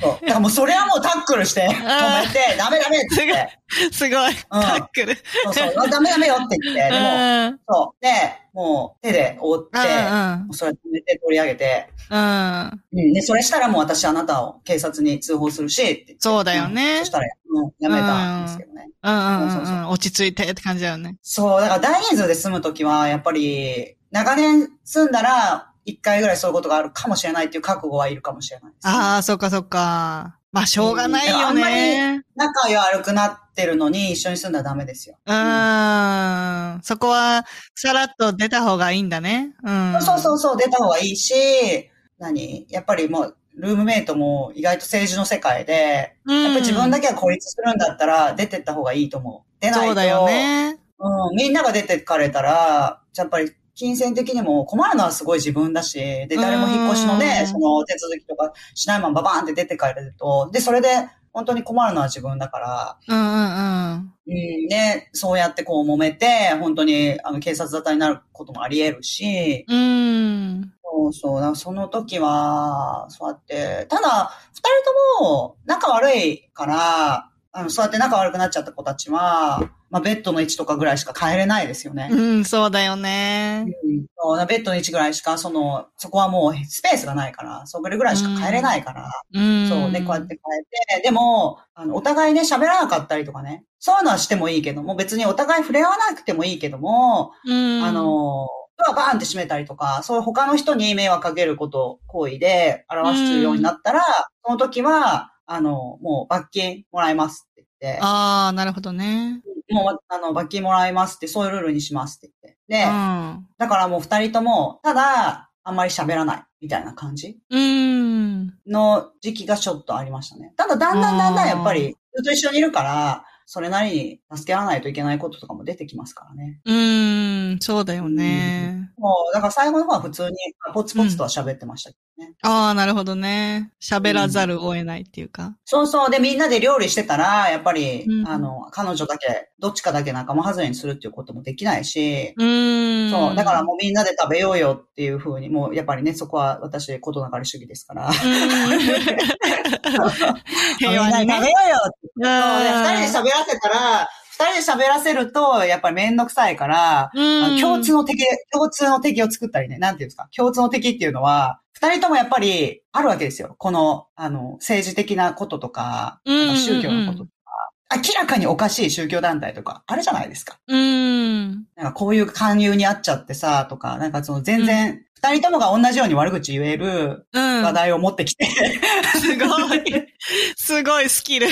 B: そうだからもうそれはもうタックルして、止めて、ダメダメって言って、
A: え すごい。タックル。
B: そうそう、ダメダメよって言って、
A: う
B: でも、
A: ん。うん。
B: そう、で、もう手で覆って、
A: うん
B: もうそれ止めて取り上げて、
A: うん。
B: うん、で、それしたらもう私あなたを警察に通報するし、って言って
A: そうだよ
B: うん
A: ね
B: そし。たら、うん、やめたんですけどね。
A: うんうん
B: そうそう
A: う。
B: そうん
A: 落ち着いてって感じだよね。
B: そう、だから大人数で住むときは、やっぱり、長年住んだら、一回ぐらいそういうことがあるかもしれないっていう覚悟はいるかもしれないですね、
A: ああ、そっかそっか。まあ、しょうがないよね。
B: 仲が悪くなってるのに一緒に住んだらダメですよ。
A: うん。そこは、さらっと出た方がいいんだね。うん。。
B: そうそううそう、出た方がいいし、何やっぱりもう、ルームメイトも意外と政治の世界で、やっぱり自分だけが孤立するんだったら出てった方がいいと思う。出ないと。
A: そうだよね。
B: うん、みんなが出てかれたら、やっぱり金銭的にも困るのはすごい自分だし、で、誰も引っ越しの
A: う
B: ね、
A: ん
B: その手続きとかしないままババーンって出てかれると、で、それで本当に困るのは自分だから、
A: うんうんうん。
B: うん、ね、そうやってこう揉めて、本当にあの警察沙汰になることもあり得るし、
A: うん。
B: そうそう、だからその時は、そうやって、ただ、二人とも仲悪いから、あの、そうやって仲悪くなっちゃった子たちは、まあ、ベッドの位置とかぐらいしか変えれないですよね。
A: うん、そうだよね。
B: うんそうベッドの位置ぐらいしか、その、そこはもうスペースがないから、それぐらいしか変えれないから、
A: うん。
B: そう、で、こうやって変えて、でも、あの、お互いね、喋らなかったりとかね、そういうのはしてもいいけども、別にお互い触れ合わなくてもいいけども、
A: うん、
B: あの、ドアバーンって閉めたりとか、そういう他の人に迷惑かけること、行為で表すようになったら、その時は、あの、もう罰金もらいますって言って、
A: ああ、なるほどね。
B: もう、あの、罰金もらいますって、そういうルールにしますって言って。で、
A: うん。
B: だからもう二人とも、ただ、あんまり喋らない、みたいな感じ
A: うん。
B: の時期がちょっとありましたね。ただ、だんだんだんだんやっぱ
A: う
B: り、ずっと一緒にいるから、それなりに助け合わないといけないこととかも出てきますからね。
A: うん、そうだよね。
B: もう、だから最後の方は普通に、ポツポツとは喋ってましたけどね。
A: ああ、なるほどね。喋らざるを得ないっていうか。
B: そうそう。で、みんなで料理してたら、やっぱり、
A: うん
B: あの、彼女だけ、どっちかだけ仲間外れにするっていうこともできないし、
A: うん。
B: そう。だからもうみんなで食べようよっていうふうに、もうやっぱりね、そこは私、ことなかれ主義ですから。
A: うん。 平和にね。
B: みんなで食べようよって。
A: うん
B: そうで二人で喋らせたら、二人で喋らせると、やっぱりめんどくさいから、あ
A: う
B: の
A: ん。
B: 共通の敵、共通の敵を作ったりね、なんていうんですか、共通の敵っていうのは、二人ともやっぱりあるわけですよ。この、あの、政治的なこととか、
A: うんうんうん
B: なんか宗教のこととか、明らかにおかしい宗教団体とか、あるじゃないですか。
A: うん。
B: なんかこういう勧誘にあっちゃってさ、とか、なんかその全然、二人ともが同じように悪口言える
A: うん。
B: 話題を持って きて、
A: すごい。すごいスキ ル。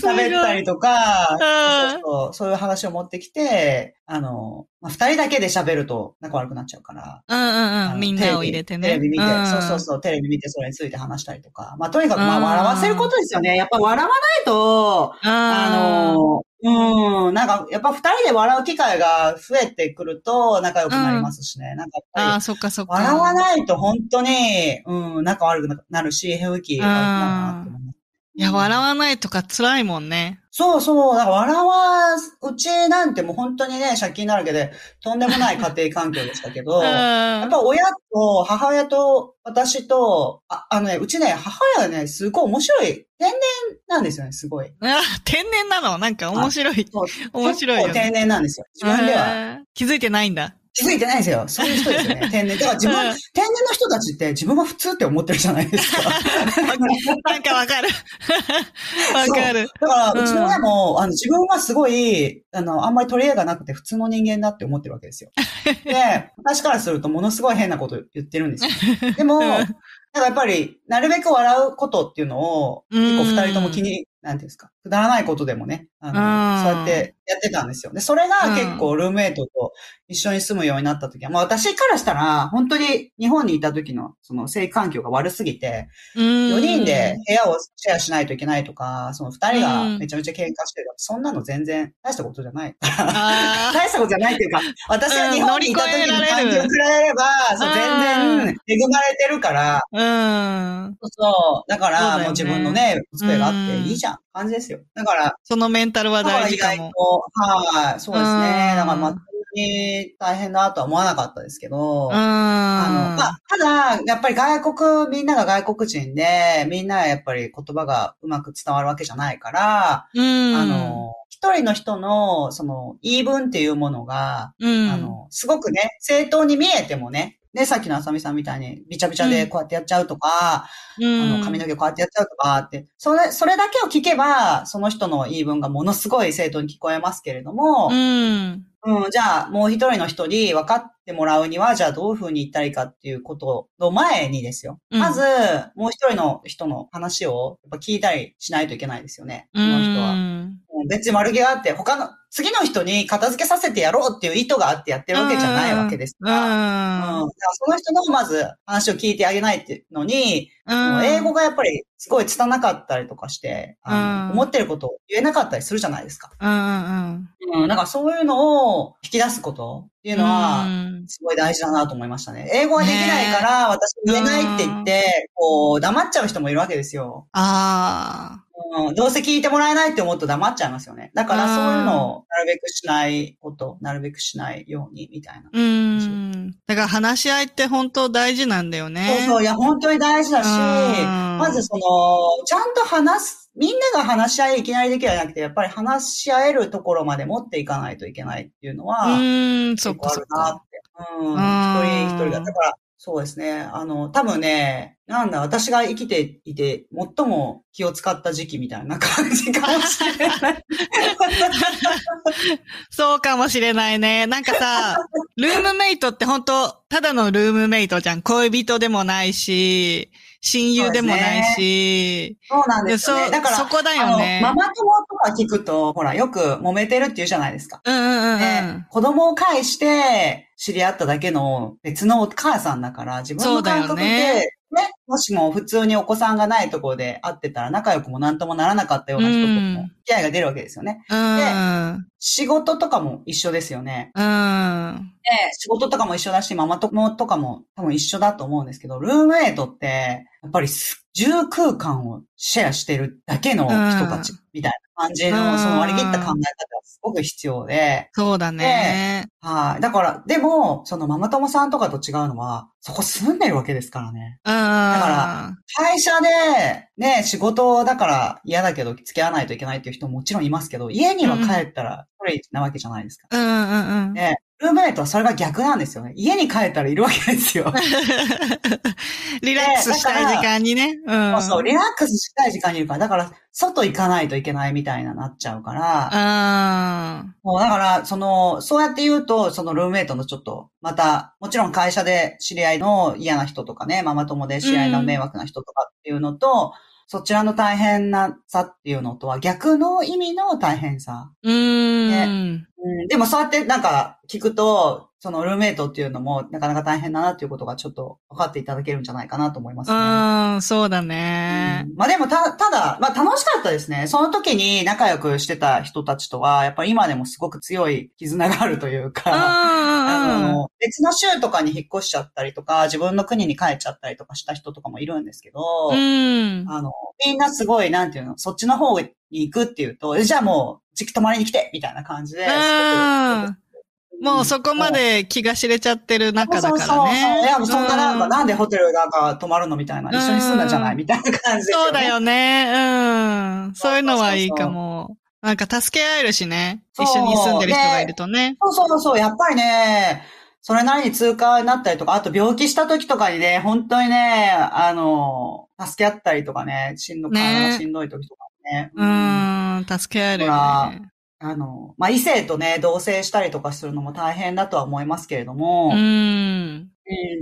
B: 喋ったりとか、
A: うん
B: そうそう、そういう話を持ってきて、あの、まあ、二人だけで喋ると仲悪くなっちゃうから、
A: うんうん
B: あ
A: う
B: の
A: ん。みんなを入れてね。
B: テレビ見て、
A: ん
B: そうそうそう、テレビ見てそれについて話したりとか。まあ、とにかく、まあ、
A: うん
B: 笑わせることですよね。やっぱ笑わないと、あ
A: あの、
B: の、うん、なんか、やっぱ二人で笑う機会が増えてくると仲良くなりますしね。なんかやっ
A: あ
B: ぱ
A: あ、
B: り、
A: そっかそっか。
B: 笑わないと本当に、うん、仲悪くなるし、平気悪くなるなって思います。
A: いや、笑わないとか辛いもんね。
B: そうそう、だから笑わ、うちなんてもう本当にね、借金だらけで、とんでもない家庭環境でしたけ
A: う
B: ど、
A: ん。
B: やっぱ親と母親と私と、ああのね、うちね、母親がね、すごい面白い。天然なんですよね、すごい。
A: あ天然なのなんか面白い。
B: そう
A: 面白いよ
B: 結構
A: ね。
B: 天然なんですよ。自分では。
A: うん気づいてないん だ。
B: 気づいてないですよ。そういう人ですよね。天然。だから自分、
A: うん
B: 天然の人たちって自分が普通って思ってるじゃないですか。
A: なんかわか る。わかる。
B: だから、
A: うん
B: うちの親も、あの、自分はすごい、あの、あんまり取り柄がなくて普通の人間だって思ってるわけ ですよ。で、私からするとものすごい変なこと言ってるんで すよ。でも、
A: うん
B: なんかやっぱり、なるべく笑うことっていうのを、
A: うん
B: 結構二人とも気に、なんていうんですか、くだらないことでもね、あの、
A: うん
B: そうやってやってたんですよ。で、それが結構ルームメイトと一緒に住むようになった時は、まあ私からしたら、本当に日本にいた時の、その性環境が悪すぎて、
A: 4
B: 4人で。部屋をシェアしないといけないとか、その2人
A: うん
B: がめちゃめちゃ喧嘩してる。そんなの全然大したことじゃない。
A: あー
B: 大したことじゃないっていうか、私は日本にいた時の感じを比べれば、そう
A: うん
B: 全然恵まれてるから、
A: うん。
B: そうそう。だか
A: そうだ
B: ら
A: よね
B: もう自分のね、スペがあっ
A: う
B: て
A: ん
B: いいじゃん。感じですよ。だから、
A: そのメンタルは
B: だから
A: 大事
B: 意
A: か
B: 外
A: も。
B: と、はい、そう
A: う。
B: ですね
A: ん
B: だからまあ、本当に大変だとは思わなかったですけ
A: う
B: ど、
A: ん。
B: あの、まあ、ただ、やっぱり外国、みんなが外国人で、みんながやっぱり言葉がうまく伝わるわけじゃないから、
A: うん。
B: あ、の、一人の人の、その、言い分っていうものが、
A: うん。
B: あの、すごくね、正当に見えてもね、ね、さっきのあさみさんみたいに、びちゃびちゃでこうやってやっちゃうとか、
A: うん、
B: あの、髪の毛こうやってやっちゃうとかって、それ、それだけを聞けば、その人の言い分がものすごい正当に聞こえますけれども、
A: うん。
B: うん、じゃあ、もう一人の人に分かってもらうには、じゃあどういうふうに言ったらいいかっていうことの前にですよ。
A: うん
B: まず、もう一人の人の話をやっぱ聞いたりしないといけないですよね。この人は。うん別に悪気があって、他の、次の人に片付けさせてやろうっていう意図があってやってるわけじゃないわけですから。うん、だ
A: ら
B: からその人のまず話を聞いてあげないっていうのに、もう英語がやっぱりすごい拙かったりとかして、あの
A: うん
B: 思ってることを言えなかったりするじゃないですか。
A: うんうん。っ
B: うん、なんかそういうのを引き出すことってい
A: て
B: うのは、すごい大事だなと思いましたね。英語はできないから、私言えないって言って、こう、黙っちゃう人もいるわけですよ。
A: あ
B: うん、どうせ聞いてもらえないって思うと黙っちゃいますよね。だからそういうのを、なるべくしないこと、なるべくしないように、みたいな。
A: あ。うん。だから話し合いって本当大事なんだよね。
B: そうそう、いや、本当に大事だし、
A: うん
B: まずその、ちゃんと話すみんなが話し合いいきなりできるんじゃなくて、やっぱり話し合えるところまで持っていかないといけないっていうのは、
A: うーん、そ
B: 結
A: っ
B: 構
A: かそ
B: あ
A: っ
B: るな
A: か。
B: って。うん。
A: あー
B: 一人一人が。だから、そうですね。あの、多分ね、なんだ、私が生きていて、最も気を使った時期みたいな感じかもしれない。
A: そうかもしれないね。なんか さ、ルームメイトって本当ただのルームメイトじゃん。恋人でもないし、親友でもないし。
B: そうなんです
A: そ
B: よ、ね。
A: う
B: だから、
A: そこだよね
B: あ。のママ友とか聞くと、ほら、よく揉めてるって言うじゃないですか。
A: うんうんうんう
B: ね
A: ん。
B: 子供を介して知り合っただけの別のお母さんだから、自分
A: そ
B: の
A: うだよ
B: 感
A: ね
B: 覚で、ねもしも普通にお子さんがないところで会ってたら仲良くも何ともならなかったような人と
A: うん
B: も付き合いが出るわけですよね。
A: うん。
B: 仕事とかも一緒ですよね。
A: うん。
B: 仕事とかも一緒だし、ママ友とかも多分一緒だと思うんですけど、ルームメイトって、やっぱりす住空間をシェアしてるだけの人たちみたいな感じ
A: う
B: の、
A: ん
B: その割り切った考え方がすごく必要で、
A: そうだね。
B: はい。だから、でも、そのママ友さんとかと違うのは、そこ住んでるわけですからね。
A: うん。だ
B: か会社で、ね、仕事だから嫌だけど付き合わないといけないっていう人ももちろんいますけど、家には帰ったら一人なわけじゃないですか。
A: うんうんうん。
B: ね、ルームメイトはそれが逆なんですよね。家に帰ったらいるわけです よ。
A: リラックスしたい時間にね。うん。
B: そう、リラックスしたい時間にいるから、だから、外行かないといけないみたいななっちゃうから、
A: うん。
B: もうだから、その、そうやって言うと、そのルームメイトのちょっと、また、もちろん会社で知り合いの嫌な人とかね、ママ友で知り合いの迷惑な人とかっていうのと、そちらの大変なさっていうのとは逆の意味の大変さ。
A: うん。
B: うん、でもそうやってなんか聞くと、そのルームメイトっていうのもなかなか大変だなっていうことがちょっと分かっていただけるんじゃないかなと思いますね。
A: うん、そうだね。
B: まあでもた、ただ、まあ楽しかったですね。その時に仲良くしてた人たちとは、やっぱり今でもすごく強い絆があるという
A: う
B: か、 あ
A: ん。
B: の、別の州とかに引っ越しちゃったりとか、自分の国に帰っちゃったりとかした人とかもいるんですけど、
A: うん。
B: あの、みんなすごい、なんていうの、そっちの方に行くっていうと、えじゃあもう、時期泊まりに来てみたいな感じで、すごく
A: うん。もうそこまで気が知れちゃってる中だか
B: そうそう
A: ら
B: そう。い
A: ね。
B: や、もうそんななんか、
A: う
B: なんでホテルなんか泊まるのみたいな、一緒に住んだじゃないみたいな感じで、
A: そうだよね。うん。
B: そうそうそう
A: そういうのはいいかも。なんか助け合えるしね。一緒に住んでる人がいるとね。
B: そうそうそう、やっぱりね、それなりに通過になったりとか、あと病気した時とかにね、本当にね、あの、助け合ったりとかね、しんど、
A: ね
B: 体がしんどい時とかね。
A: う
B: あ
A: ん。助け合えるよね。
B: の、まあ、異性とね、同棲したりとかするのも大変だとは思いますけれど
A: う
B: も、
A: ん。
B: うん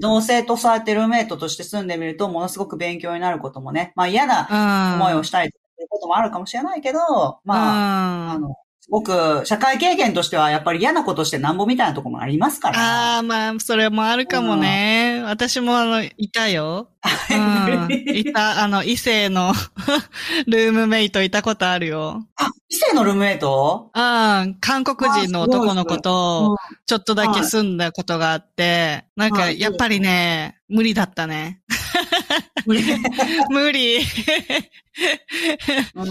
B: 同性とされてルームメイトとして住んでみると、ものすごく勉強になることもね、まあ嫌な思いをしたりとかすることもあるかもしれないけど、まあ、
A: あ
B: あ
A: あ
B: の、すごく社会経験としてはやっぱり嫌なことしてなんぼみたいなところもありますから。
A: ああ、まあ、それもあるかもね。私も、あの、いたよ。うん、 いた、あの、異性の ルームメイトいたことあるよ。
B: 異性のルームメイト
A: うん、韓国人の男の子と、ちょっとだけ住んだことがあって、なん
B: は
A: か、
B: い
A: やっぱりね、無理だったね。
B: 無理。
A: 無理。
B: 難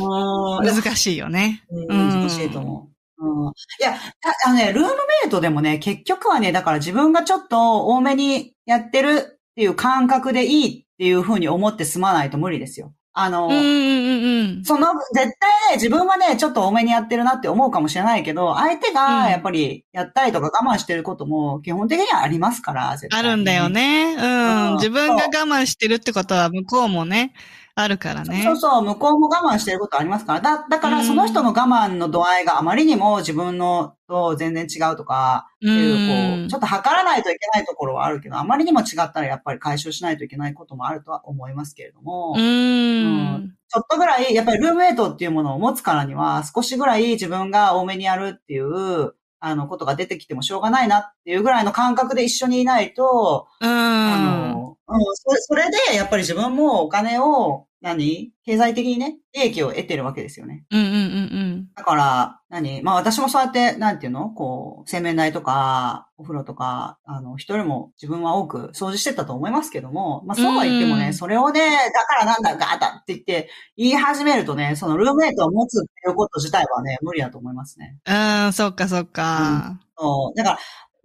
A: 難しいよね。
B: 難しいと思う。うん、いや、たあのね、ルームメイトでもね、結局はね、だから自分がちょっと多めにやってるっていう感覚でいいっていうふうに思って済まないと無理ですよ。あの、
A: うんうんうん
B: その、絶対ね、自分はね、ちょっと多めにやってるなって思うかもしれないけど、相手
A: う
B: が
A: ん
B: やっぱりやったりとか我慢してることも基本的にはありますから、絶
A: うん。あ
B: 対に
A: るんだよ。ね。
B: う
A: うんん。自分が我慢してるってことは、向こうもね、あるからね。
B: そうそう、向こうも我慢してることありますから。だ、だからその人の我慢の度合いがあまりにも自分のと全然違うとか、っていう、こう、ちょっと測らないといけないところはあるけど、あまりにも違ったらやっぱり解消しないといけないこともあるとは思いますけれども、
A: う
B: ち
A: ーん。
B: ょっとぐらい、やっぱりルームメイトっていうものを持つからには、少しぐらい自分が多めにやるっていう、あの、ことが出てきてもしょうがないなっていうぐらいの感覚で一緒にいないと、
A: う
B: あ
A: ん。
B: の、うん、それそれで、やっぱり自分もお金を、何経済的にね、利益を得てるわけですよね。
A: うんうんうん
B: だから、何まあ私もそうやって、なんていうのこう、洗面台とか、お風呂とか、あの、一人も自分は多く掃除してたと思いますけども、まあそうは言ってもね、
A: うん
B: それをね、だからなんだ、ガータって言って言い始めるとね、そのルームメイトを持つっていうこと自体はね、無理だと思いますね。
A: うん。うん、そっかそっか。
B: そう。だから、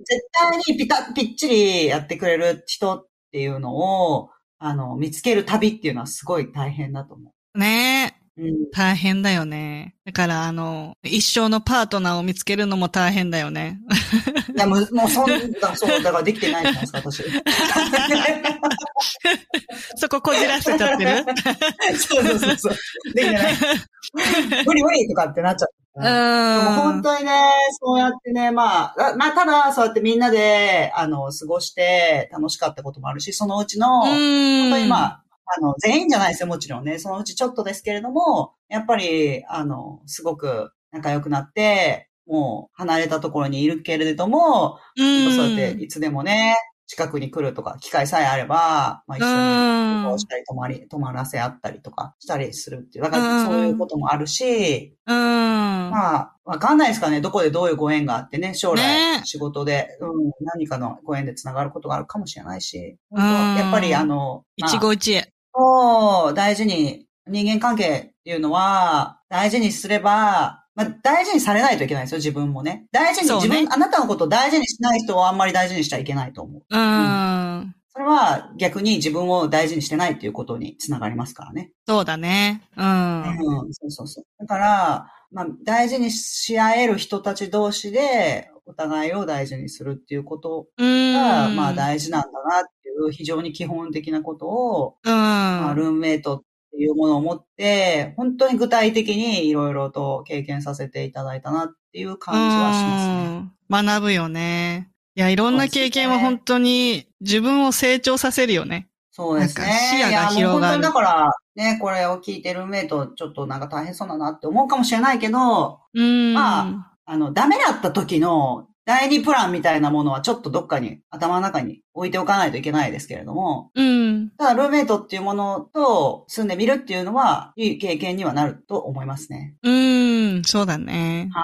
B: 絶対にピタ、ぴっちりやってくれる人っていうのを、あの、見つける旅っていうのはすごい大変だと思う。
A: ね
B: うん。
A: 大変だよね。だから、あの、一生のパートナーを見つけるのも大変だよね。
B: いや、もう、もうそんな、そう、だからできてないじゃないですか、 私。
A: そここじらせちゃ ってる
B: そうそうそうそう。で きてない。無理無理とかってなっちゃう。でも
A: う
B: 本
A: ん。
B: 当にね、そうやってね、まあ、あまあ、ただ、そうやってみんなで、あの、過ごして楽しかったこともあるし、そのうちの、本当にまあ、あの、全員じゃないですよ、もちろんね。そのうちちょっとですけれども、やっぱり、あの、すごく仲良くなって、もう離れたところにいるけれども、
A: うん、
B: そうやっていつでもね、近くに来るとか、機会さえあれば、まあ、一緒に旅行したり、泊まり、泊まらせ合ったりとかしたりするっていう。だから、
A: うん
B: そういうこともあるし、
A: うん。
B: まあ、わかんないですかね。どこでどういうご縁があってね、将
A: ね
B: 来仕事で、うん、何かのご縁でつながることがあるかもしれないし、
A: うん
B: 本当やっぱりあの、まあ
A: 一期一会。
B: を大事に、人間関係っていうのは、大事にすれば、まあ、大事にされないといけないですよ、自分もね。大事に、
A: そうね
B: 自分、あなたのことを大事にしない人をあんまり大事にしちゃいけないと思う。
A: うん。
B: それは逆に自分を大事にしてないっていうことにつながりますからね。
A: そうだね。うん。
B: うん、そうそうそう。だから、まあ、大事にし合える人たち同士で、お互いを大事にするっていうこと
A: うん。
B: が、まあ大事なんだなっていう非常に基本的なことをまあ、
A: うん。
B: ルームメイトっていうものを持って、本当に具体的にいろいろと経験させていただいたなっていう感じはしますね。
A: うん学ぶよね。いや、いろんな経験は本当に自分を成長させるよね。
B: そうですね
A: なんか。視野が
B: いやもう
A: 広がる
B: 本当にだから、ね、これを聞いてルームメイト、ちょっとなんか大変そうだなって思うかもしれないけど、
A: うん。
B: まあの、ダメだった時の第二プランみたいなものはちょっとどっかに頭の中に置いておかないといけないですけれども、
A: うん。
B: ただルームメイトっていうものと住んでみるっていうのは、いい経験にはなると思いますね。
A: うん。そうだね。
B: は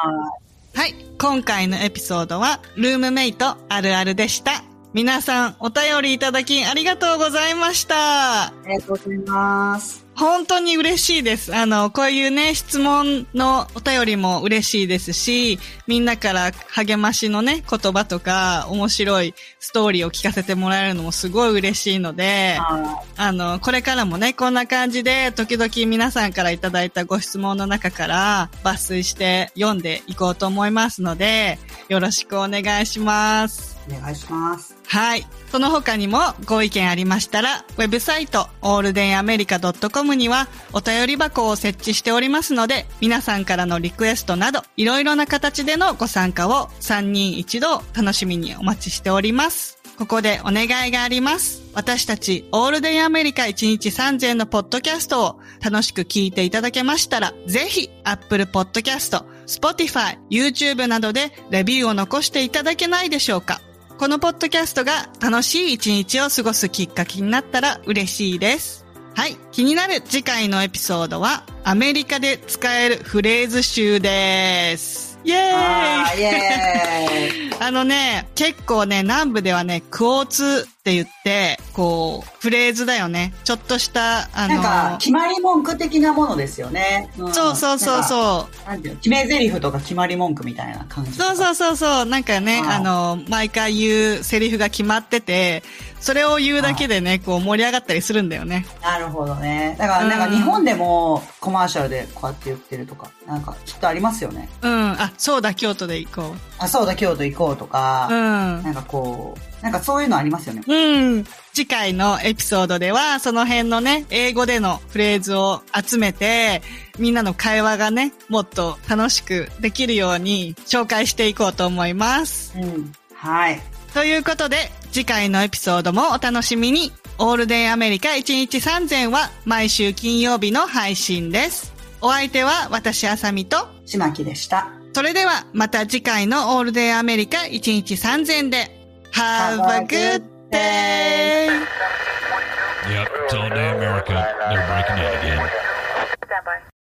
B: い。
A: はい。今回のエピソードは、ルームメイトあるあるでした。皆さん、お便りいただきありがとうございました。
B: ありがとうございます。
A: 本当に嬉しいです。あの、こういうね、質問のお便りも嬉しいですし、みんなから励ましのね、言葉とか、面白いストーリーを聞かせてもらえるのもすごい嬉しいので、
B: は
A: あの、これからもね、こんな感じで、時々皆さんからいただいたご質問の中から抜粋して読んでいこうと思いますので、よろしくお願いします。
B: いお願いします。
A: はい。その他にもご意見ありましたら、ウェブサイト、オールデンアメリカ .com にはお便り箱を設置しておりますので、皆さんからのリクエストなど、いろいろな形でのご参加を3人一度楽しみにお待ちしております。ここでお願いがあります。私たち、オールデンアメリカ1日3000のポッドキャストを楽しく聞いていただけましたら、ぜひ、Apple Podcast、Spotify、YouTube などでレビューを残していただけないでしょうか。このポッドキャストが楽しい一日を過ごすきっかけになったら嬉しいです。はい。気になる次回のエピソードは、アメリカで使えるフレーズ集です。イエーイ
B: あーイエーイ。
A: あのね、結構ね、南部ではね、クォーツって言って、こう、フレーズだよね。ちょっとした、あの、
B: なんか、決まり文句的なものですよね。ん
A: そうそうそう
B: なんか
A: そう。
B: なんていうの決め台詞とか決まり文句みたいな感じ。
A: そうそうそうそう。なんかね、あ
B: あ
A: の、毎回言うセリフが決まってて、それを言うだけでね、こう盛り上がったりするんだよね。
B: なるほどね。だから、な
A: う
B: ん
A: ん
B: か日本でもコマーシャルでこうやって言ってるとか、なんかきっとありますよね。
A: うん。あ、そうだ、京都で行こ
B: あ、そうだ、京都行こうとか
A: う。う、ん
B: な。んかこう、なんかそういうのありますよね。
A: うん。次回のエピソードでは、その辺のね、英語でのフレーズを集めて、みんなの会話がね、もっと楽しくできるように紹介していこうと思います。
B: うん。はい。
A: ということで、次回のエピソードもお楽しみに。オールデンアメリカ1日3000は毎週金曜日の配信です。お相手は私、あさみと、
B: 島木でした。
A: それではまた次回のオールデンアメリカ1日3000で、Have a good day!
D: Yep, it's all day America. They're breaking in again.